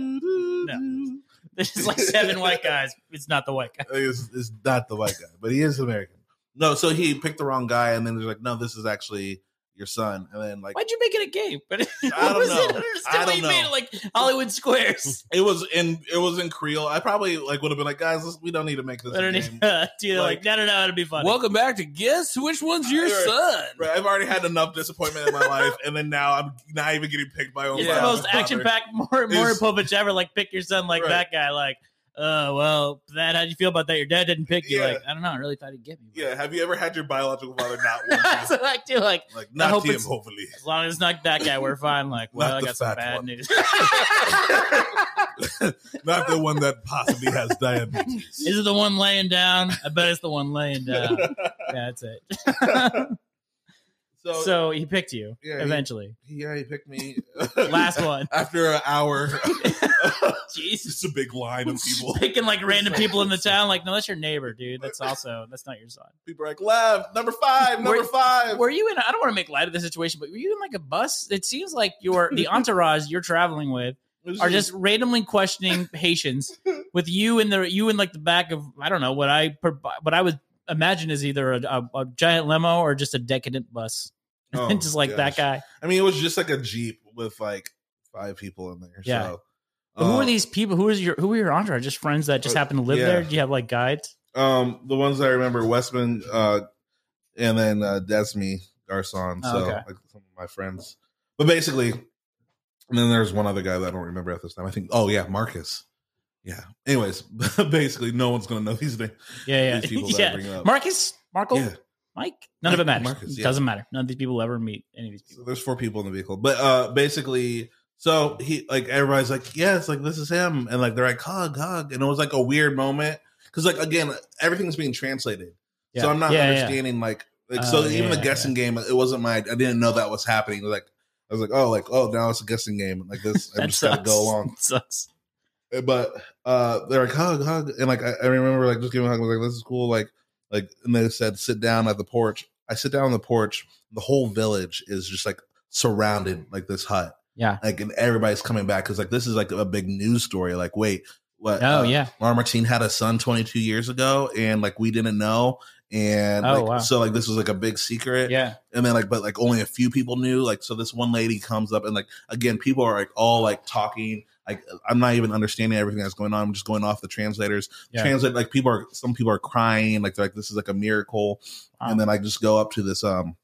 Speaker 1: No, there's just like seven white guys. It's not the white guy.
Speaker 3: is is not the white guy, but he is American. No, so he picked the wrong guy, and then they're like, no, this is actually your son, and then like
Speaker 1: Why'd you make it a game? But
Speaker 3: I don't know. I don't
Speaker 1: you made it
Speaker 3: know.
Speaker 1: like Hollywood Squares.
Speaker 3: it was in it was in Creole. I probably like would have been like, guys, this, we don't need to make this.
Speaker 1: I
Speaker 3: a
Speaker 1: don't
Speaker 3: game.
Speaker 1: need to do that. uh, Like,
Speaker 3: Like-
Speaker 1: no, no, no, it'll be fun.
Speaker 4: Welcome back to guess which one's your
Speaker 3: Right.
Speaker 4: son.
Speaker 3: Right, I've already had enough disappointment in my life, and then now I'm not even getting picked by.
Speaker 1: It's
Speaker 4: Yeah.
Speaker 1: the most action packed more more
Speaker 3: It's-
Speaker 1: Popovich ever. Like pick your son like
Speaker 3: Right.
Speaker 1: that guy. Like, oh well, that how do you feel about that? Your dad didn't pick you.
Speaker 3: Yeah.
Speaker 1: Like, I don't know. I really thought he'd get me.
Speaker 3: Yeah, have you ever had your biological father not want
Speaker 1: That's
Speaker 3: you?
Speaker 1: what I do. Like,
Speaker 3: Like
Speaker 1: I hope
Speaker 3: not him,
Speaker 1: it's-
Speaker 3: hopefully.
Speaker 1: as long as it's not that guy, we're fine. Like,
Speaker 3: Not
Speaker 1: well, I
Speaker 3: the
Speaker 1: got some
Speaker 3: fat
Speaker 1: bad
Speaker 3: one.
Speaker 1: news.
Speaker 3: Not the one that possibly has diabetes.
Speaker 1: Is it the one laying down? I bet it's uh, the one laying down. yeah, that's it.
Speaker 3: So,
Speaker 1: so he picked you
Speaker 3: Yeah, he-
Speaker 1: eventually.
Speaker 3: yeah, he picked me
Speaker 1: Last one.
Speaker 3: after an hour.
Speaker 1: Jesus.
Speaker 3: just a big line of people.
Speaker 1: Picking like random people in the town, like no, that's your neighbor, dude. That's also that's not your son.
Speaker 3: People are like, "Lev, number five, number
Speaker 1: Were-
Speaker 3: five.
Speaker 1: Were you in? I don't want to make light of the situation, but were you in like a bus? It seems like your the entourage you're traveling with
Speaker 3: It was
Speaker 1: are just randomly questioning Haitians with you in the you in like the back of I don't know what I per- what I would imagine is either a, a, a giant limo or just a decadent bus,
Speaker 3: Oh,
Speaker 1: just like that
Speaker 3: gosh.
Speaker 1: guy.
Speaker 3: I mean, it was just like a jeep with like five people in there.
Speaker 1: Yeah.
Speaker 3: So,
Speaker 1: But who
Speaker 3: uh,
Speaker 1: are these people? Who is your who are your entourage? Just friends that just
Speaker 3: Uh,
Speaker 1: happen to live
Speaker 3: yeah.
Speaker 1: there? Do you have like guides?
Speaker 3: Um, the ones I remember, Westman, uh, and then uh, Desmi Garcon.
Speaker 1: Oh,
Speaker 3: So
Speaker 1: okay.
Speaker 3: like some of my friends. But basically, and then there's one other guy that I don't remember at this time. I think. Oh yeah, Marcus. Yeah. Anyways, basically, no one's gonna know these names.
Speaker 1: Yeah,
Speaker 3: These
Speaker 1: yeah,
Speaker 3: people that I
Speaker 1: yeah.
Speaker 3: bring up.
Speaker 1: Marcus, Marco,
Speaker 3: Yeah.
Speaker 1: Mike. None of it matters.
Speaker 3: Marcus, yeah.
Speaker 1: Doesn't matter. None of these people will ever meet any of these people.
Speaker 3: So there's four people in the vehicle, but uh, basically, so he like everybody's like, yes, like this is him, and like they're like hug, hug, and it was like a weird moment because like again, everything's being translated,
Speaker 1: Yeah.
Speaker 3: so I'm not
Speaker 1: Yeah, yeah, yeah.
Speaker 3: understanding like like
Speaker 1: Oh,
Speaker 3: so even
Speaker 1: yeah,
Speaker 3: the guessing game, it wasn't my, I didn't know that was happening. Like I was like, oh, like oh, now it's a guessing game, like this, I
Speaker 1: That
Speaker 3: just gotta
Speaker 1: sucks.
Speaker 3: go along.
Speaker 1: Sucks.
Speaker 3: Eh, But uh, they're like hug, hug, and like I, I remember like just giving a hug, I was like this is cool, like like, and they said sit down at the porch. I sit down on the porch. The whole village is just like surrounded like this hut
Speaker 1: Yeah.
Speaker 3: like and everybody's coming back because like this is like a big news story like wait what
Speaker 1: Oh
Speaker 3: uh,
Speaker 1: yeah.
Speaker 3: Laura Martine had a son 22 years ago and like we didn't know and
Speaker 1: Oh,
Speaker 3: like,
Speaker 1: wow.
Speaker 3: so like this was like a big secret
Speaker 1: Yeah.
Speaker 3: and then like but like only a few people knew like so this one lady comes up and like again people are like all like talking like I'm not even understanding everything that's going on I'm just going off the translators
Speaker 1: Yeah.
Speaker 3: translate like people are some people are crying like they're like this is like a miracle
Speaker 1: Wow.
Speaker 3: and then I just go up to this um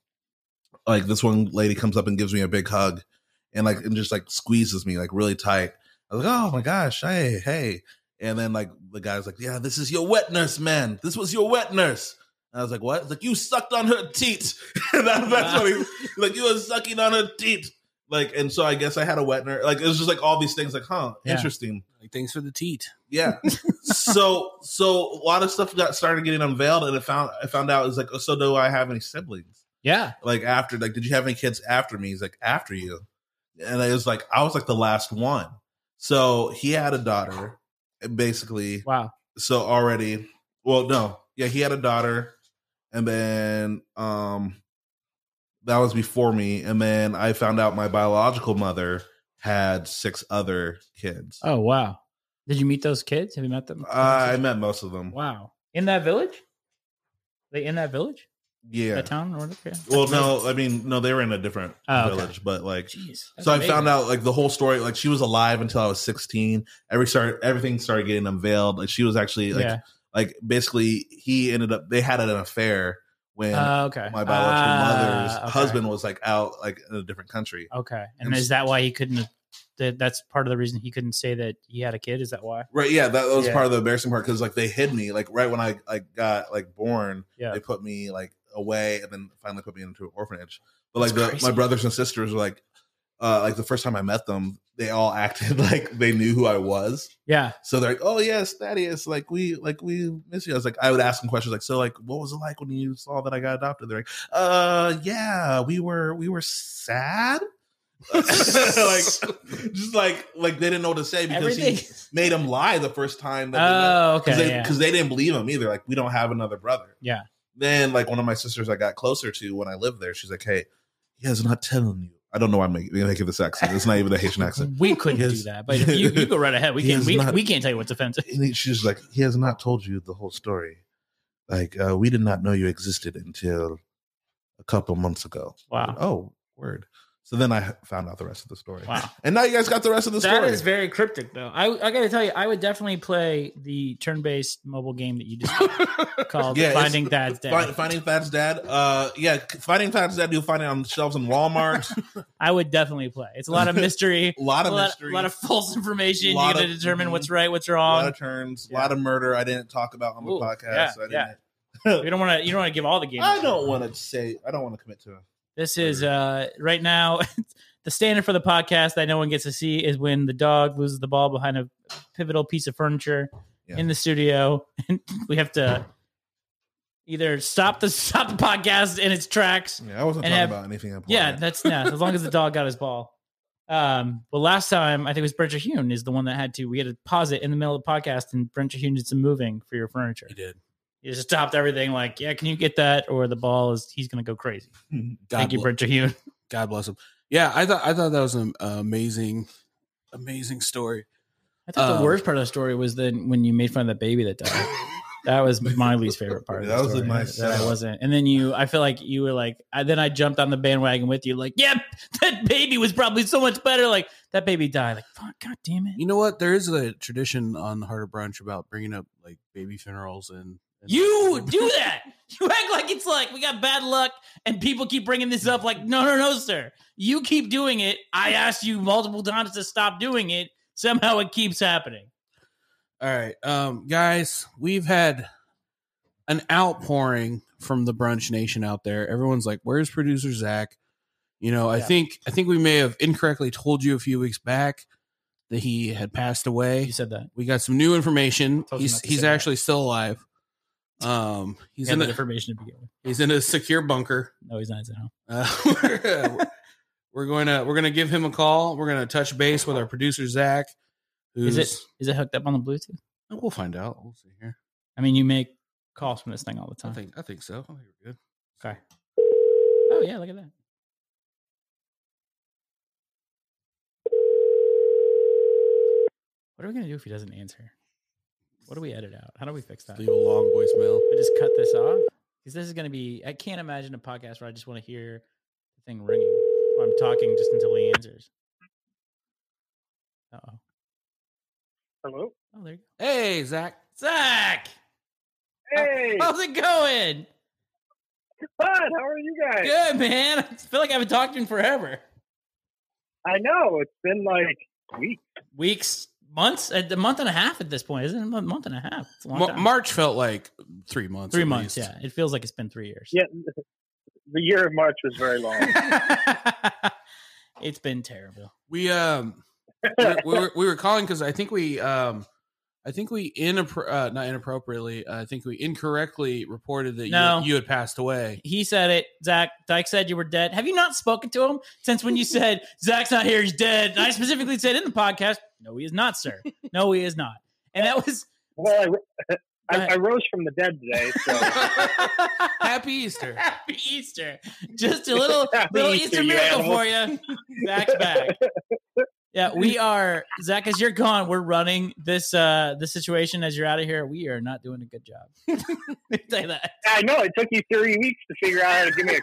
Speaker 3: like this one lady comes up and gives me a big hug and like and just like squeezes me like really tight I was like oh my gosh hey hey and then like the guy's like yeah this is your wet nurse man this was your wet nurse and I was like what He's like you sucked on her teat that, that's
Speaker 1: Wow.
Speaker 3: what he like you were sucking on her teat like and so I guess I had a wet nurse like it was just like all these things like huh
Speaker 1: Yeah.
Speaker 3: interesting
Speaker 4: Like, thanks for the teat.
Speaker 3: yeah. so so a lot of stuff got started getting unveiled, and it found I found out it's like, oh, so do I have any siblings?
Speaker 1: Yeah.
Speaker 3: Like after, like, did you have any kids after me? He's like, after you, and it was like I was like the last one. So he had a daughter, basically.
Speaker 1: Wow.
Speaker 3: So already, well, no, yeah, he had a daughter, and then um, that was before me, and then I found out my biological mother had six other kids.
Speaker 1: Oh wow. Did you meet those kids? Have you met them?
Speaker 3: Uh, I met most of them.
Speaker 1: wow. In that village? They in that village?
Speaker 3: Yeah.
Speaker 1: That town or whatever? Yeah.
Speaker 3: Well, no, I mean, no, they were in a different
Speaker 1: Oh, okay.
Speaker 3: village, but like,
Speaker 1: Jeez.
Speaker 3: so I found out like the whole story. Like, she was alive until I was sixteen. Every start, everything started getting unveiled. Like, she was actually like,
Speaker 1: yeah.
Speaker 3: like basically, he ended up. They had an affair when
Speaker 1: Uh, okay.
Speaker 3: my biological
Speaker 1: Ah,
Speaker 3: mother's
Speaker 1: okay.
Speaker 3: husband was like out like in a different country.
Speaker 1: Okay. And is that why he couldn't that that's part of the reason he couldn't say that he had a kid? Is that why?
Speaker 3: Right? Yeah, that, was
Speaker 1: Yeah.
Speaker 3: part of the embarrassing part because like they hid me. Like right when I like got like born,
Speaker 1: Yeah.
Speaker 3: they put me like away and then finally put me into an orphanage. But like
Speaker 1: That's
Speaker 3: the,
Speaker 1: crazy.
Speaker 3: my brothers and sisters were like, uh, like the first time I met them, they all acted like they knew who I was.
Speaker 1: Yeah.
Speaker 3: So they're like, "Oh yes, Thaddeus, like we like we miss you." I was like, I would ask them questions like, "So like, what was it like when you saw that I got adopted?" They're like, "Uh, yeah, we were we were sad." like just like like they didn't know what to say because he
Speaker 1: Everything.
Speaker 3: made him lie the first time that they met
Speaker 1: Oh, okay.
Speaker 3: because they,
Speaker 1: yeah.
Speaker 3: 'cause they didn't believe him either. Like, we don't have another brother.
Speaker 1: Yeah.
Speaker 3: Then, like, one of my sisters I got closer to when I lived there, she's like, hey, he is not telling you. I don't know why I'm making, making this accent. It's not even a Haitian accent.
Speaker 1: We couldn't
Speaker 3: Yes.
Speaker 1: do that, but if you, you go right ahead. We
Speaker 3: He
Speaker 1: can't.
Speaker 3: is
Speaker 1: We,
Speaker 3: not-
Speaker 1: we can't tell you what's offensive.
Speaker 3: And he- she's like, he has not told you the whole story. Like, uh, we did not know you existed until a couple months ago.
Speaker 1: Wow.
Speaker 3: Oh, word. So then I found out the rest of the story.
Speaker 1: Wow.
Speaker 3: And now you guys got the rest of the
Speaker 1: That
Speaker 3: story.
Speaker 1: is very cryptic, though. I, I got to tell you, I would definitely play the turn-based mobile game that you just called
Speaker 3: Yeah, it's-
Speaker 1: Finding Dad's Dad.
Speaker 3: Fi- finding Fats Dad. Uh, yeah, Finding Fats Dad. You'll find it on shelves in Walmart.
Speaker 1: I would definitely play. It's a lot of mystery,
Speaker 3: a
Speaker 1: a
Speaker 3: lot of
Speaker 1: lot,
Speaker 3: mystery.
Speaker 1: a lot of false information. You
Speaker 3: Lot
Speaker 1: got to
Speaker 3: of-
Speaker 1: determine what's
Speaker 3: mhm.
Speaker 1: right, what's
Speaker 3: a
Speaker 1: wrong.
Speaker 3: lot of turns. A lot of murder. I didn't talk about on the
Speaker 1: Ooh,
Speaker 3: podcast.
Speaker 1: yeah,
Speaker 3: I didn't.
Speaker 1: yeah. you don't want to. You don't want to give all the games.
Speaker 3: I don't want to say. I don't want to commit to. it.
Speaker 1: This is uh, right now the standard for the podcast that no one gets to see is when the dog loses the ball behind a pivotal piece of furniture
Speaker 3: Yeah.
Speaker 1: in the studio, and we have to either stop the stop the podcast in its tracks.
Speaker 3: Yeah, I wasn't
Speaker 1: And
Speaker 3: talking
Speaker 1: have-
Speaker 3: about anything important.
Speaker 1: Yeah, that's yeah. As long as the dog got his ball. Um, well, last time I think it was Brent Huhn is the one that had to. We had to pause it in the middle of the podcast, and Brent Huhn did some moving for your furniture.
Speaker 4: He did.
Speaker 1: He just stopped everything. Like, yeah, can you get that? Or the ball is he's going to go crazy.
Speaker 4: God
Speaker 1: Thank you,
Speaker 4: bl-
Speaker 1: Brent Huhn.
Speaker 4: God bless him. Yeah, I thought I thought that was an amazing, amazing story.
Speaker 1: I thought the
Speaker 4: Um,
Speaker 1: worst part of the story was then when you made fun of that baby that died. that was my least favorite part. Of
Speaker 3: That
Speaker 1: the
Speaker 3: was a
Speaker 1: story,
Speaker 3: nice
Speaker 1: That I
Speaker 3: setup.
Speaker 1: wasn't. And then you, I feel like you were like. I, then I jumped on the bandwagon with you. Like, yep, that baby was probably so much better. Like that baby died. Like, fuck, god damn it.
Speaker 4: You know what? There is a tradition on the Heart of Brunch about bringing up like baby funerals and, and-
Speaker 1: You do that. You act like it's like we got bad luck and people keep bringing this up. Like, no, no, no, sir. You keep doing it. I asked you multiple times to stop doing it. Somehow it keeps happening.
Speaker 4: All right, um, guys, we've had an outpouring from the Brunch Nation out there. Everyone's like, "Where's producer Zach?" You know, I
Speaker 1: Yeah.
Speaker 4: think I think we may have incorrectly told you a few weeks back that he had passed away.
Speaker 1: You said that.
Speaker 4: We got some new information.
Speaker 1: Told you
Speaker 4: He's
Speaker 1: not to
Speaker 4: he's
Speaker 1: say that.
Speaker 4: actually still alive. Um,
Speaker 1: He's
Speaker 4: he's
Speaker 1: in
Speaker 4: in
Speaker 1: the
Speaker 4: a,
Speaker 1: information to begin with.
Speaker 4: he's in a secure bunker.
Speaker 1: No, he's not. He's at home.
Speaker 4: Uh, we're, we're going to we're going to give him a call. We're going to touch base with our producer Zach. Who's
Speaker 1: Is it is it hooked up on the Bluetooth?
Speaker 4: We'll find out. We'll see here.
Speaker 1: I mean, you make calls from this thing all the
Speaker 4: I
Speaker 1: time.
Speaker 4: think I think so. I think we're good.
Speaker 1: Okay. Oh yeah, look at that. What are we gonna do if he doesn't answer? What do we edit out? How do we fix that?
Speaker 4: Leave a long voicemail.
Speaker 1: I just cut this off because this is going to be. I can't imagine a podcast where I just want to hear the thing ringing while I'm talking just until he answers. Uh oh.
Speaker 2: Hello?
Speaker 1: Oh, there you go.
Speaker 4: Hey Zach.
Speaker 1: Zach,
Speaker 2: Hey!
Speaker 1: how's it going?
Speaker 2: Bud, how are you guys?
Speaker 1: Good, man. I feel like I haven't talked to you in forever.
Speaker 2: I know. It's been like weeks.
Speaker 1: Weeks, months, a a month and a half at this point, isn't it? A month- month and a half. It's a long
Speaker 4: Ma-
Speaker 1: time.
Speaker 4: March felt like three months.
Speaker 1: Three
Speaker 4: at
Speaker 1: months.
Speaker 4: least.
Speaker 1: Yeah, it feels like it's been three years.
Speaker 2: Yeah, the year of March was very long.
Speaker 1: it's been terrible.
Speaker 4: We um we, we were we were calling because I think we um I think we inappro- uh, not inappropriately uh, I think we incorrectly reported that
Speaker 1: No.
Speaker 4: you, you had passed away.
Speaker 1: He said it. Zach Dyke said you were dead. Have you not spoken to him since when you said Zach's not here? He's dead. And I specifically said in the podcast, no, he is not, sir. No, he is not. And that was
Speaker 2: Well, I,
Speaker 1: Go
Speaker 2: I,
Speaker 1: ahead.
Speaker 2: I rose from the dead today, so
Speaker 4: Happy Easter.
Speaker 1: Happy Easter. Just a little
Speaker 2: Happy
Speaker 1: little Easter
Speaker 2: Easter, you
Speaker 1: miracle
Speaker 2: animal.
Speaker 1: for you. Zach's back. Yeah, we are Zach. As you're gone, we're running this uh this situation. As you're out of here, we are not doing a good job. Let me tell you that.
Speaker 2: I know it took you three weeks to figure out how to give me a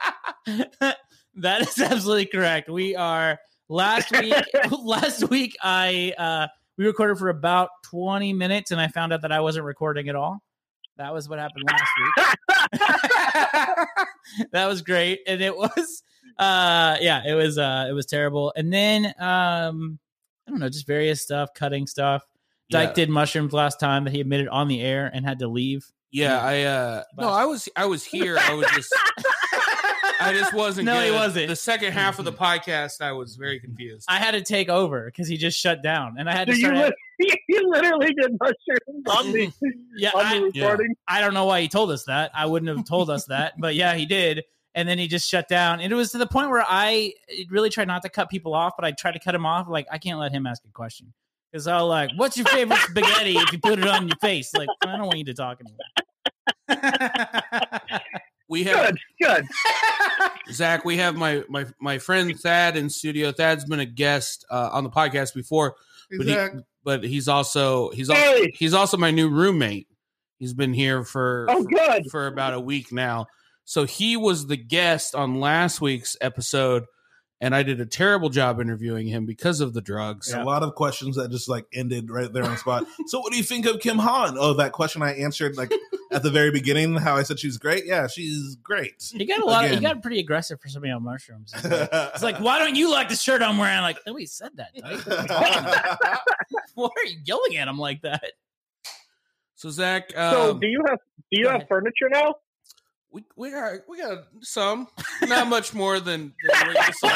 Speaker 2: call.
Speaker 1: that is absolutely correct. We are last week. last week, I uh, we recorded for about twenty minutes, and I found out that I wasn't recording at all. That was what happened last week. that was great, and it was, uh, yeah, it was, uh, it was terrible. And then, um, I don't know, just various stuff, cutting stuff. Dyke
Speaker 4: Yeah.
Speaker 1: did mushrooms last time that he admitted on the air and had to leave.
Speaker 4: Yeah, I uh no, I was I was here. I was just I just wasn't
Speaker 1: No, he
Speaker 4: good.
Speaker 1: wasn't.
Speaker 4: The second half of the podcast I was very confused.
Speaker 1: I had to take over because he just shut down, and I had
Speaker 2: So
Speaker 1: to
Speaker 2: you,
Speaker 1: start.
Speaker 2: li- you literally did mushrooms on the,
Speaker 1: yeah,
Speaker 2: on
Speaker 1: Um, I-
Speaker 2: the
Speaker 4: Yeah.
Speaker 2: recording.
Speaker 1: I don't know why he told us that. I wouldn't have told us that, but yeah, he did. And then he just shut down. And it was to the point where I really tried not to cut people off, but I tried to cut him off. Like I can't let him ask a question because I was like, "What's your favorite spaghetti?" If you put it on your face, like I don't want you to talk anymore.
Speaker 4: we have
Speaker 2: Good, good.
Speaker 4: Zach, we have my my my friend Thad in studio. Thad's been a guest uh, on the podcast before, but he, but he's also he's also
Speaker 2: Hey.
Speaker 4: he's also my new roommate. He's been here for
Speaker 2: Oh, good.
Speaker 4: for about a week now. So he was the guest on last week's episode, and I did a terrible job interviewing him because of the drugs.
Speaker 3: A lot of questions that just like ended right there on the spot. so, what do you think of Kim Han? Oh, that question I answered like at the very beginning, how I said she's great. Yeah, she's great.
Speaker 1: He got a lot. Of, he
Speaker 3: Again.
Speaker 1: got pretty aggressive for somebody on mushrooms. It's like, it's like, why don't you like the shirt I'm wearing? Like, oh, he said that. Dyke. why are you yelling at him like that?
Speaker 4: So Zach,
Speaker 2: So
Speaker 4: um,
Speaker 2: do you have do you
Speaker 1: go
Speaker 2: have
Speaker 1: ahead.
Speaker 2: furniture now?
Speaker 4: we we got we got some, not much more than, than what you saw.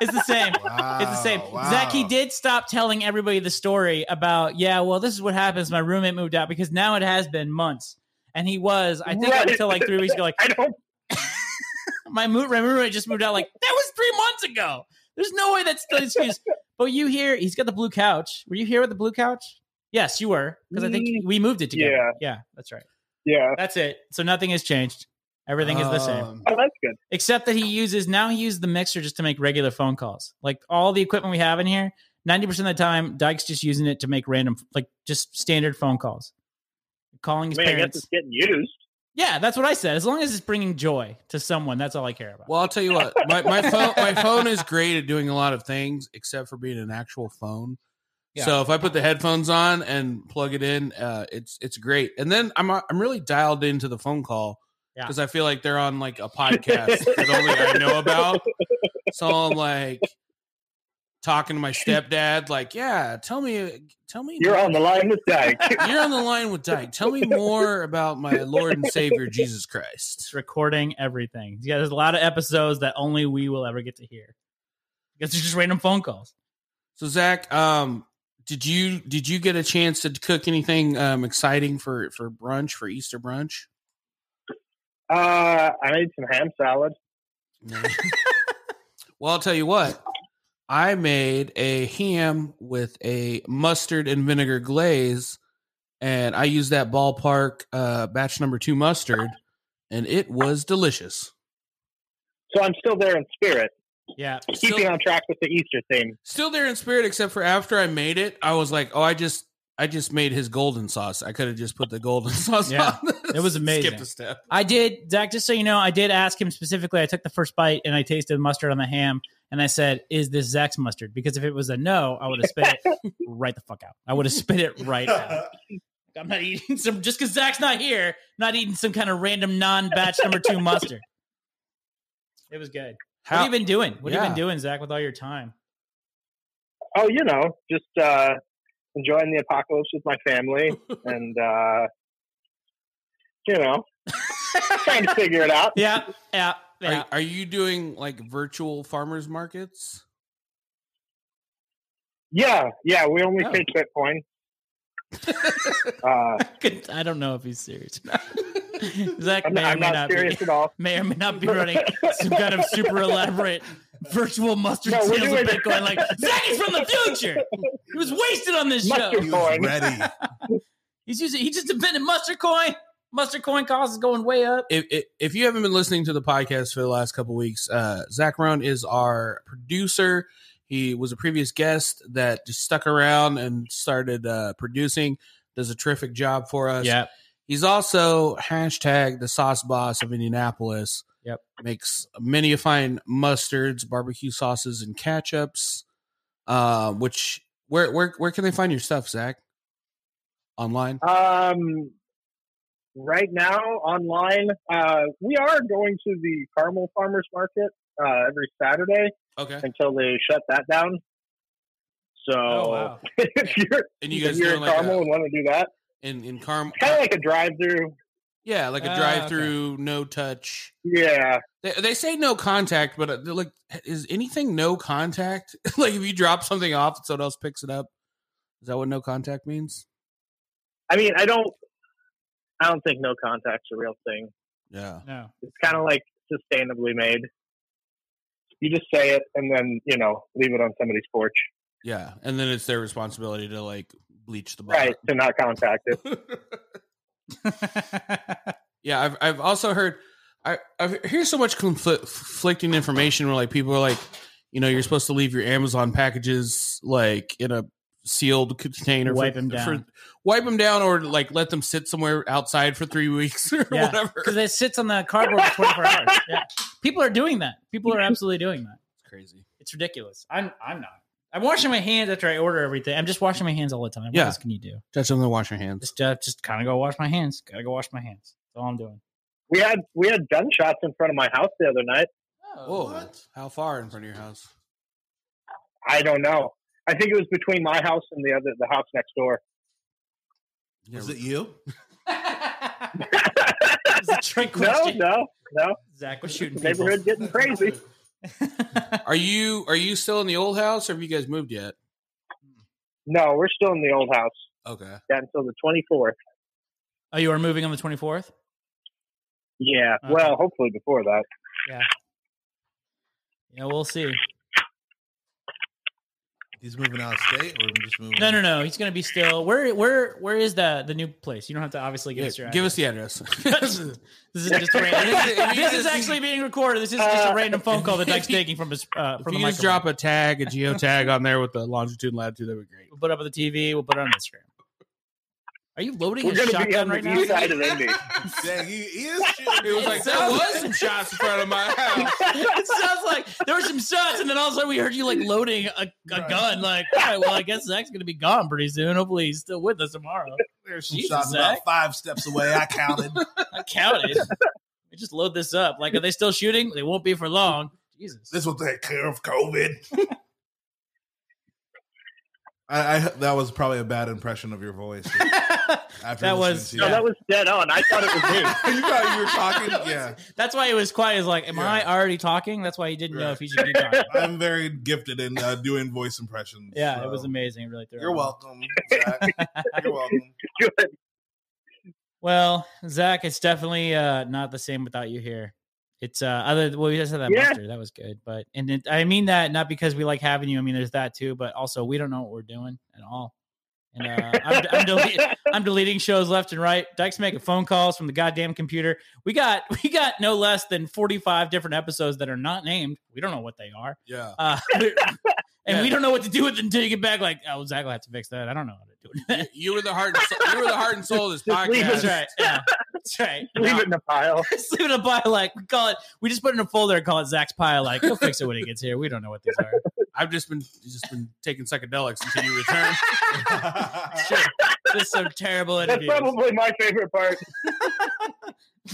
Speaker 1: It's the same. It's the same. Zach, he did stop telling everybody the story about, yeah, well, this is what happens. My roommate moved out because now it has been months. And he was, I think,
Speaker 2: Right.
Speaker 1: until like three weeks ago, like,
Speaker 2: I don't.
Speaker 1: my, mo- my roommate just moved out. Like, that was three months ago. There's no way that's the excuse. But you hear, he's got the blue couch. Were you here with the blue couch? Yes, you were. Because I think we moved it together.
Speaker 2: Mm, Yeah.
Speaker 1: Yeah, that's right.
Speaker 2: Yeah.
Speaker 1: That's it. So nothing has changed. Everything is the same
Speaker 4: Um,
Speaker 2: Oh, that's good.
Speaker 1: except that he uses now he uses the mixer just to make regular phone calls. Like all the equipment we have in here, ninety percent of the time, Dyke's just using it to make random, like just standard phone calls, calling his
Speaker 2: I mean, I guess
Speaker 1: parents.
Speaker 2: it's getting used.
Speaker 1: yeah, that's what I said. As long as it's bringing joy to someone, that's all I care about.
Speaker 4: Well, I'll tell you what, my, my phone my phone is great at doing a lot of things except for being an actual phone.
Speaker 1: Yeah.
Speaker 4: So if I put the headphones on and plug it in, uh, it's it's great. And then I'm uh, I'm really dialed into the phone call
Speaker 1: Yeah.
Speaker 4: because I feel like they're on like a podcast that only I know about. So I'm like talking to my stepdad, like, yeah, tell me, tell me,
Speaker 2: You're on the line with Dyke.
Speaker 4: you're on the line with Dyke. Tell me more about my Lord and Savior Jesus Christ.
Speaker 1: It's recording everything. Yeah, there's a lot of episodes that only we will ever get to hear because it's just random phone calls.
Speaker 4: So Zach, um, did you did you get a chance to cook anything um, exciting for for brunch for Easter brunch?
Speaker 2: uh, I made some ham salad.
Speaker 4: No. well, I'll tell you what. I made a ham with a mustard and vinegar glaze, and I used that ballpark uh, batch number two mustard, and it was delicious.
Speaker 2: So I'm still there in spirit,
Speaker 1: Yeah,
Speaker 2: keeping on track with the Easter theme.
Speaker 4: Still there in spirit, except for after I made it, I was like, "Oh, I just, I just made his golden sauce. I could have just put the golden sauce
Speaker 1: Yeah.
Speaker 4: on." this.
Speaker 1: It was amazing.
Speaker 4: Skip a step.
Speaker 1: I did, Zach, just so you know, I did ask him specifically. I took the first bite and I tasted mustard on the ham and I said, Is this Zach's mustard? Because if it was a no, I would have spit it right the fuck out. I would have spit it right out. I'm not eating some, just because Zach's not here, not eating some kind of random non batch number two mustard. It was good. What have you been doing? What have you
Speaker 4: Yeah.
Speaker 1: been doing, Zach, with all your time?
Speaker 2: Oh, you know, just uh, enjoying the apocalypse with my family, and uh, you know, trying to figure it out.
Speaker 1: Yeah, yeah, yeah.
Speaker 4: Are, are you doing like virtual farmers markets?
Speaker 2: Yeah, yeah. We only
Speaker 4: Oh.
Speaker 2: take Bitcoin. uh,
Speaker 1: Good. I don't know if he's serious. Zach
Speaker 2: I'm,
Speaker 1: may or
Speaker 2: I'm
Speaker 1: may
Speaker 2: not,
Speaker 1: not be.
Speaker 2: serious at all.
Speaker 1: may or may not be running some kind of super elaborate virtual mustard
Speaker 2: No, we're
Speaker 1: sales of
Speaker 2: doing-
Speaker 1: Bitcoin. Like Zach is from the future. He was wasted on this show.
Speaker 2: Mustard.
Speaker 3: He was ready.
Speaker 1: He's using. He just invented mustard coin. Mustard coin cost is going way up.
Speaker 4: If, if, if you haven't been listening to the podcast for the last couple weeks, uh, Zach Rohn is our producer. He was a previous guest that just stuck around and started uh, producing. Does a terrific job for us. He's also hashtag the sauce boss of Indianapolis.
Speaker 1: Yep.
Speaker 4: Makes many a fine mustards, barbecue sauces, and ketchups. Uh, which where where where can they find your stuff, Zach? Online.
Speaker 2: Um, right now, online, uh, we are going to the Carmel Farmers Market uh, every Saturday
Speaker 4: Okay.
Speaker 2: until they shut that down. So
Speaker 1: Oh,
Speaker 2: if you're
Speaker 4: Oh, And you guys
Speaker 2: if you're
Speaker 4: doing
Speaker 2: in
Speaker 4: like a,
Speaker 2: Carmel and want to do that,
Speaker 4: in in Carmel?
Speaker 2: kind of like a drive-through.
Speaker 4: Yeah, like a
Speaker 1: Ah,
Speaker 4: drive-through, no touch.
Speaker 2: Yeah,
Speaker 4: They, they say no contact, but uh, they're like, is anything no contact? like if you drop something off and someone else picks it up, is that what no contact means?
Speaker 2: I mean, I don't, I don't think no contact's a real thing.
Speaker 4: Yeah.
Speaker 1: No.
Speaker 2: It's kind of like sustainably made. You just say it and then you know leave it on somebody's porch,
Speaker 4: Yeah, and then it's their responsibility to like bleach the bottom.
Speaker 2: right? To not contact it.
Speaker 4: yeah, I've I've also heard I I hear so much confl- conflicting information where like people are like, you know, you're supposed to leave your Amazon packages like in a sealed container,
Speaker 1: Wipe
Speaker 4: for,
Speaker 1: 'em down.
Speaker 4: for- wipe them down or like let them sit somewhere outside for three weeks or
Speaker 1: Yeah.
Speaker 4: whatever.
Speaker 1: because it sits on the cardboard for 24 hours. Yeah. People are doing that. People are absolutely doing that.
Speaker 4: It's crazy.
Speaker 1: It's ridiculous. I'm I'm not. I'm washing my hands after I order everything. I'm just washing my hands all the time. What
Speaker 4: Yeah.
Speaker 1: else can you do?
Speaker 4: Touch them to wash your hands.
Speaker 1: Just uh, just kind of go wash my hands. Gotta go wash my hands. That's all I'm doing.
Speaker 2: We had we had gunshots in front of my house the other night.
Speaker 1: Oh,
Speaker 3: Uh,
Speaker 4: Whoa. How far in front of your house?
Speaker 2: I don't know. I think it was between my house and the other the house next door.
Speaker 3: Is it you?
Speaker 1: It's a trick
Speaker 2: No,
Speaker 1: question.
Speaker 2: no, no.
Speaker 1: Zach was shooting people.
Speaker 2: Neighborhood getting crazy.
Speaker 4: Are you are you still in the old house or have you guys moved yet?
Speaker 2: No, we're still in the old house.
Speaker 4: Okay.
Speaker 2: Got until the twenty fourth.
Speaker 1: oh, you are moving on the 24th.
Speaker 2: Yeah.
Speaker 1: Okay.
Speaker 2: Well, hopefully before that.
Speaker 1: Yeah, we'll see.
Speaker 3: He's moving out of state, or just moving?
Speaker 1: No, no, no. He's gonna be still. Where, where, where is the the new place? You don't have to obviously give
Speaker 4: Yeah,
Speaker 1: us your.
Speaker 4: give
Speaker 1: address.
Speaker 4: us the address.
Speaker 1: this is just a random. this is Uh, actually being recorded. This is just a random phone call that Dyke's taking from his uh,
Speaker 4: if
Speaker 1: from
Speaker 4: you
Speaker 1: the
Speaker 4: just
Speaker 1: microphone.
Speaker 4: drop a tag, a geo tag on there with the longitude and latitude, that'd be great.
Speaker 1: we'll put it up on the TV. We'll put it on Instagram. Are you loading
Speaker 2: We're
Speaker 1: a
Speaker 2: gonna be
Speaker 1: shotgun
Speaker 2: on the
Speaker 1: right now?
Speaker 2: east side of Indy.
Speaker 3: Dang, he is. shooting.
Speaker 4: It was like there was some shots in front of my house.
Speaker 1: it sounds like there were some shots, and then all of a sudden we heard you like loading a, a
Speaker 3: Right.
Speaker 1: gun. Like, all right, well, I guess Zach's gonna be gone pretty soon. Hopefully, he's still with us tomorrow.
Speaker 3: There's some
Speaker 1: Jesus,
Speaker 3: shots
Speaker 1: Zach.
Speaker 3: about five steps away. I counted.
Speaker 1: I counted. we just load this up. Like, are they still shooting? They won't be for long. Jesus.
Speaker 3: this will take care of COVID. I, I that was probably a bad impression of your voice. After
Speaker 1: That
Speaker 3: listening
Speaker 1: was-
Speaker 3: to
Speaker 2: No,
Speaker 3: you.
Speaker 2: that was dead on. I thought it was me.
Speaker 3: you thought you were talking.
Speaker 1: That was-
Speaker 3: yeah,
Speaker 1: That's why it was quiet. Is like, am
Speaker 3: Yeah.
Speaker 1: I already talking? That's why he didn't know
Speaker 3: Right.
Speaker 1: if he should be talking.
Speaker 3: I'm very gifted in uh, doing voice impressions.
Speaker 1: Yeah, it
Speaker 3: so-
Speaker 1: was amazing. It really threw
Speaker 3: You're
Speaker 1: him off.
Speaker 3: welcome. Zach. You're welcome.
Speaker 2: Good.
Speaker 1: Well, Zach, it's definitely uh, not the same without you here. It's uh, other well, we just had that
Speaker 2: Yeah.
Speaker 1: mustard. That was good, but and it, I mean that not because we like having you. I mean, there's that too, but also we don't know what we're doing at all. And uh, I'm, I'm, deleting, I'm deleting shows left and right. Dyke's making phone calls from the goddamn computer. We got we got no less than 45 different episodes that are not named. We don't know what they are.
Speaker 4: Yeah.
Speaker 1: Uh, and
Speaker 4: Yeah.
Speaker 1: we don't know what to do with it until you get back. Like, oh, Zach will have to fix that. I don't know how to do it.
Speaker 4: You were the heart and soul, you were the heart and soul of this
Speaker 2: Just leave
Speaker 4: podcast.
Speaker 1: That's right. Yeah. That's right.
Speaker 2: Leave it in a pile.
Speaker 1: Just leave it in a pile. Like, we call it, we just put it in a folder and call it Zach's pile. Like, he'll fix it when he gets here. We don't know what these are.
Speaker 4: I've just been just been taking psychedelics until you return.
Speaker 1: Sure. This is some terrible
Speaker 2: That's
Speaker 1: interview.
Speaker 2: probably my favorite part.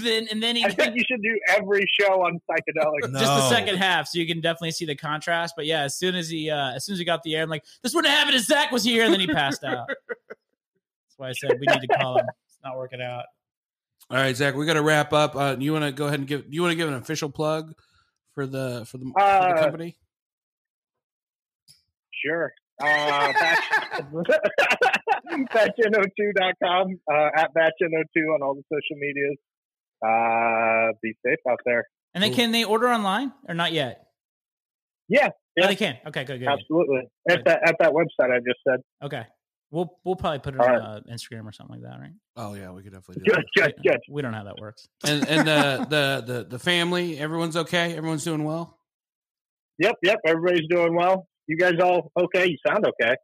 Speaker 1: Then, and then he
Speaker 2: I think you should do every show on psychedelics.
Speaker 1: just the
Speaker 3: No.
Speaker 1: second half, so you can definitely see the contrast. But yeah, as soon as he uh, as soon as he got the air, I'm like, this wouldn't happen if Zach was here, and then he passed out. That's why I said we need to call him. It's not working out.
Speaker 4: All right, Zach, we got to wrap up. Uh, you want to go ahead and give you want to give an official plug for the for the, for the
Speaker 2: Uh,
Speaker 4: company?
Speaker 2: Sure. Uh, batch, batchno2.com, uh, at batchno2 on all the social medias. Uh, be safe out there.
Speaker 1: And then
Speaker 4: Cool.
Speaker 1: can they order online or not yet?
Speaker 2: Yeah,
Speaker 1: Oh,
Speaker 2: yeah.
Speaker 1: they can. Okay, good, good, good.
Speaker 2: Absolutely. At that, at that website I just said.
Speaker 1: Okay, we'll we'll probably put it
Speaker 2: All
Speaker 1: on
Speaker 2: right.
Speaker 1: uh, Instagram or something like that, right?
Speaker 4: Oh yeah, we could definitely do
Speaker 2: Good,
Speaker 4: that.
Speaker 2: good,
Speaker 1: Yeah.
Speaker 2: good.
Speaker 1: We don't know how that works.
Speaker 4: And and uh, the the the family, everyone's okay. Everyone's doing well.
Speaker 2: Yep, yep. Everybody's doing well. You guys all okay? You sound okay.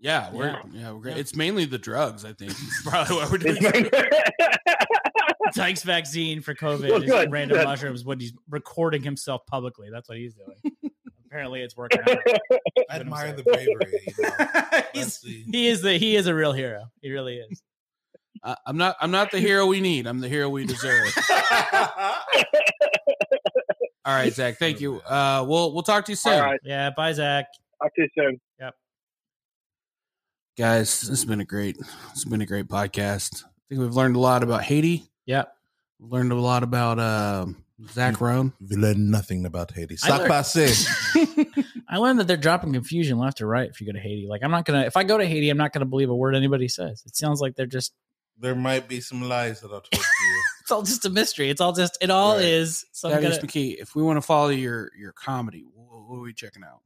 Speaker 4: Yeah, we're yeah,
Speaker 1: Yeah.
Speaker 4: we're great.
Speaker 1: Yeah.
Speaker 4: It's mainly the drugs, I think. It's probably what we're doing.
Speaker 1: Dyke's vaccine for COVID
Speaker 2: Well,
Speaker 1: is
Speaker 2: good,
Speaker 1: random
Speaker 2: good.
Speaker 1: mushrooms. What he's recording himself publicly. That's what he's doing. Apparently, it's working out.
Speaker 3: I admire the bravery. You know.
Speaker 1: he's,
Speaker 3: That's the-
Speaker 1: he is the he is a real hero. He really is.
Speaker 4: I, Uh, I'm not I'm not the hero we need. I'm the hero we deserve. All right, Zach. Thank you. Uh, we'll we'll talk to you soon,
Speaker 2: all right.
Speaker 1: Yeah. Bye, Zach.
Speaker 2: Talk to you soon.
Speaker 4: guys. This has been a great it's been a great podcast. I think we've learned a lot about Haiti.
Speaker 1: Yep.
Speaker 4: We've learned a lot about uh,
Speaker 1: Mm.
Speaker 4: Zach Roan.
Speaker 3: We learned nothing about Haiti.
Speaker 1: I
Speaker 3: Sac
Speaker 1: learned-
Speaker 3: passé.
Speaker 1: I learned that they're dropping confusion left or right if you go to Haiti. Like I'm not gonna if I go to Haiti, I'm not gonna believe a word anybody says. It sounds like they're just
Speaker 3: There might be some lies that I'll talk to you.
Speaker 1: it's all just a mystery. It's all just it all
Speaker 3: Right.
Speaker 1: is some kind
Speaker 4: Thaddeus
Speaker 1: of
Speaker 4: McKee. If we want to follow your your comedy, what, what are we checking out?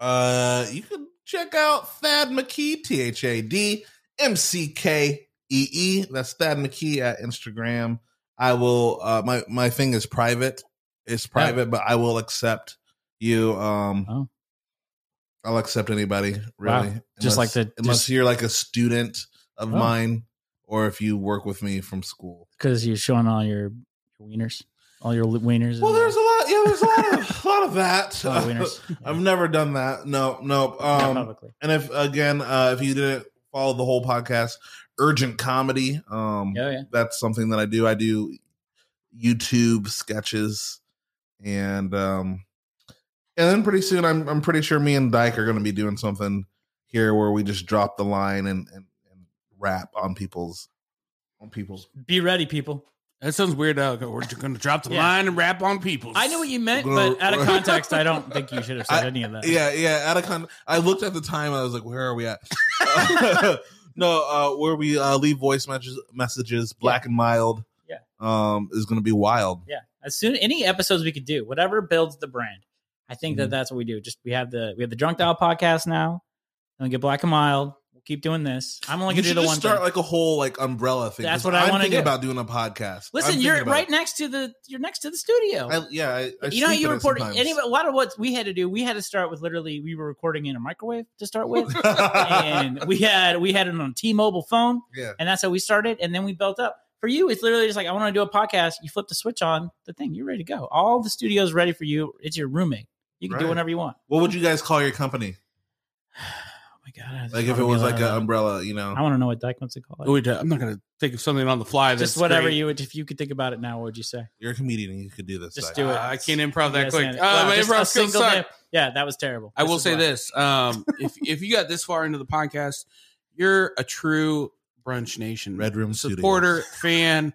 Speaker 3: Uh, you can check out Thad McKee, T H A D M C K E E. That's Thad McKee at Instagram. I will. Uh, my my thing is private. It's private, but I will accept you. Um,
Speaker 1: Oh.
Speaker 3: I'll accept anybody really.
Speaker 1: Just like the-
Speaker 3: unless
Speaker 1: just-
Speaker 3: you're like a student, of
Speaker 1: Oh.
Speaker 3: mine, or if you work with me from school.
Speaker 1: because you're showing all your wieners, all your li- wieners.
Speaker 3: Well,
Speaker 1: and-
Speaker 3: there's a lot. Yeah, there's a lot of, a lot of that.
Speaker 1: Lot of wieners.
Speaker 3: I've never done that. No, no.
Speaker 1: Not
Speaker 3: Um,
Speaker 1: publicly.
Speaker 3: and if again, uh, if you didn't follow the whole podcast, urgent comedy. Um,
Speaker 1: Oh yeah.
Speaker 3: that's something that I do. I do YouTube sketches, and um, and then pretty soon, I'm I'm pretty sure me and Dyke are going to be doing something here where we just drop the line and and, and rap on people's on people's.
Speaker 1: Be ready, people.
Speaker 4: That sounds weird. Uh, we're going to drop the
Speaker 1: Yeah.
Speaker 4: line and rap on people.
Speaker 1: I knew what you meant, but out of context, I don't think you should have said
Speaker 3: I-
Speaker 1: any of that.
Speaker 3: Yeah, yeah. At a con, I looked at the time. I was like, where are we at? no, uh, where we uh, leave voice messages, messages black and mild.
Speaker 1: Yeah.
Speaker 3: um, is going to be wild.
Speaker 1: Yeah. As soon any episodes we could do, whatever builds the brand. I think that
Speaker 3: Mhm.
Speaker 1: that's what we do. Just we have the we have the drunk dial podcast now, and we get black and mild. We'll keep doing this. I'm only
Speaker 3: you
Speaker 1: gonna do
Speaker 3: should
Speaker 1: the
Speaker 3: just
Speaker 1: one
Speaker 3: start
Speaker 1: thing.
Speaker 3: like a whole like umbrella thing.
Speaker 1: That's
Speaker 3: 'cause
Speaker 1: what I
Speaker 3: I'm
Speaker 1: wanna
Speaker 3: thinking
Speaker 1: do.
Speaker 3: about doing a podcast. I'm
Speaker 1: Listen,
Speaker 3: thinking
Speaker 1: you're
Speaker 3: about
Speaker 1: right
Speaker 3: it.
Speaker 1: next to the you're next to the studio.
Speaker 3: I, yeah, I, I
Speaker 1: you know,
Speaker 3: sleep
Speaker 1: you
Speaker 3: in it
Speaker 1: report
Speaker 3: sometimes.
Speaker 1: anyway. A lot of what we had to do, we had to start with literally we were recording in a microwave to start with, and we had we had it on a T-Mobile phone,
Speaker 3: yeah,
Speaker 1: and that's how we started, and then we built up. For you, it's literally just like I want to do a podcast. You flip the switch on the thing, you're ready to go. All the studio's ready for you. It's your roommate. You can do
Speaker 3: Right.
Speaker 1: whatever you want.
Speaker 3: what would you guys call your company?
Speaker 1: Oh my god!
Speaker 3: Like if it was like um, an umbrella, you know?
Speaker 1: I want to know what Dyke wants to call it.
Speaker 4: Wait, uh, I'm not going to think of something on the fly. That's
Speaker 1: just whatever
Speaker 4: great.
Speaker 1: you would, if you could think about it now, what would you say?
Speaker 3: You're a comedian, you could do this.
Speaker 1: Just
Speaker 3: Like,
Speaker 1: do it.
Speaker 4: Uh, I can't improv that
Speaker 1: Yes,
Speaker 4: quick.
Speaker 1: man.
Speaker 4: Uh,
Speaker 1: Wow,
Speaker 4: my
Speaker 1: just
Speaker 4: improv
Speaker 1: a
Speaker 4: skills
Speaker 1: single
Speaker 4: suck.
Speaker 1: name. Yeah, that was terrible.
Speaker 4: I will
Speaker 1: is
Speaker 4: say
Speaker 1: why.
Speaker 4: this: um, if if you got this far into the podcast, you're a true brunch nation
Speaker 3: Red Room
Speaker 4: supporter fan.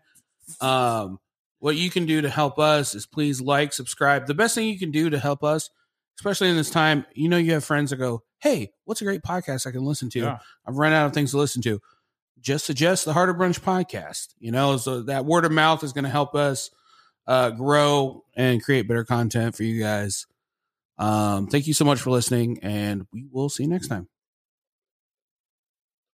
Speaker 4: Um, what you can do to help us is please like, subscribe. The best thing you can do to help us, especially in this time, you know, you have friends that go, "Hey, what's a great podcast I can listen to?"
Speaker 1: Yeah.
Speaker 4: I've run out of things to listen to. Just suggest the Harder Brunch podcast. You know, so that word of mouth is going to help us uh, grow and create better content for you guys. Um, thank you so much for listening, and we will see you next time.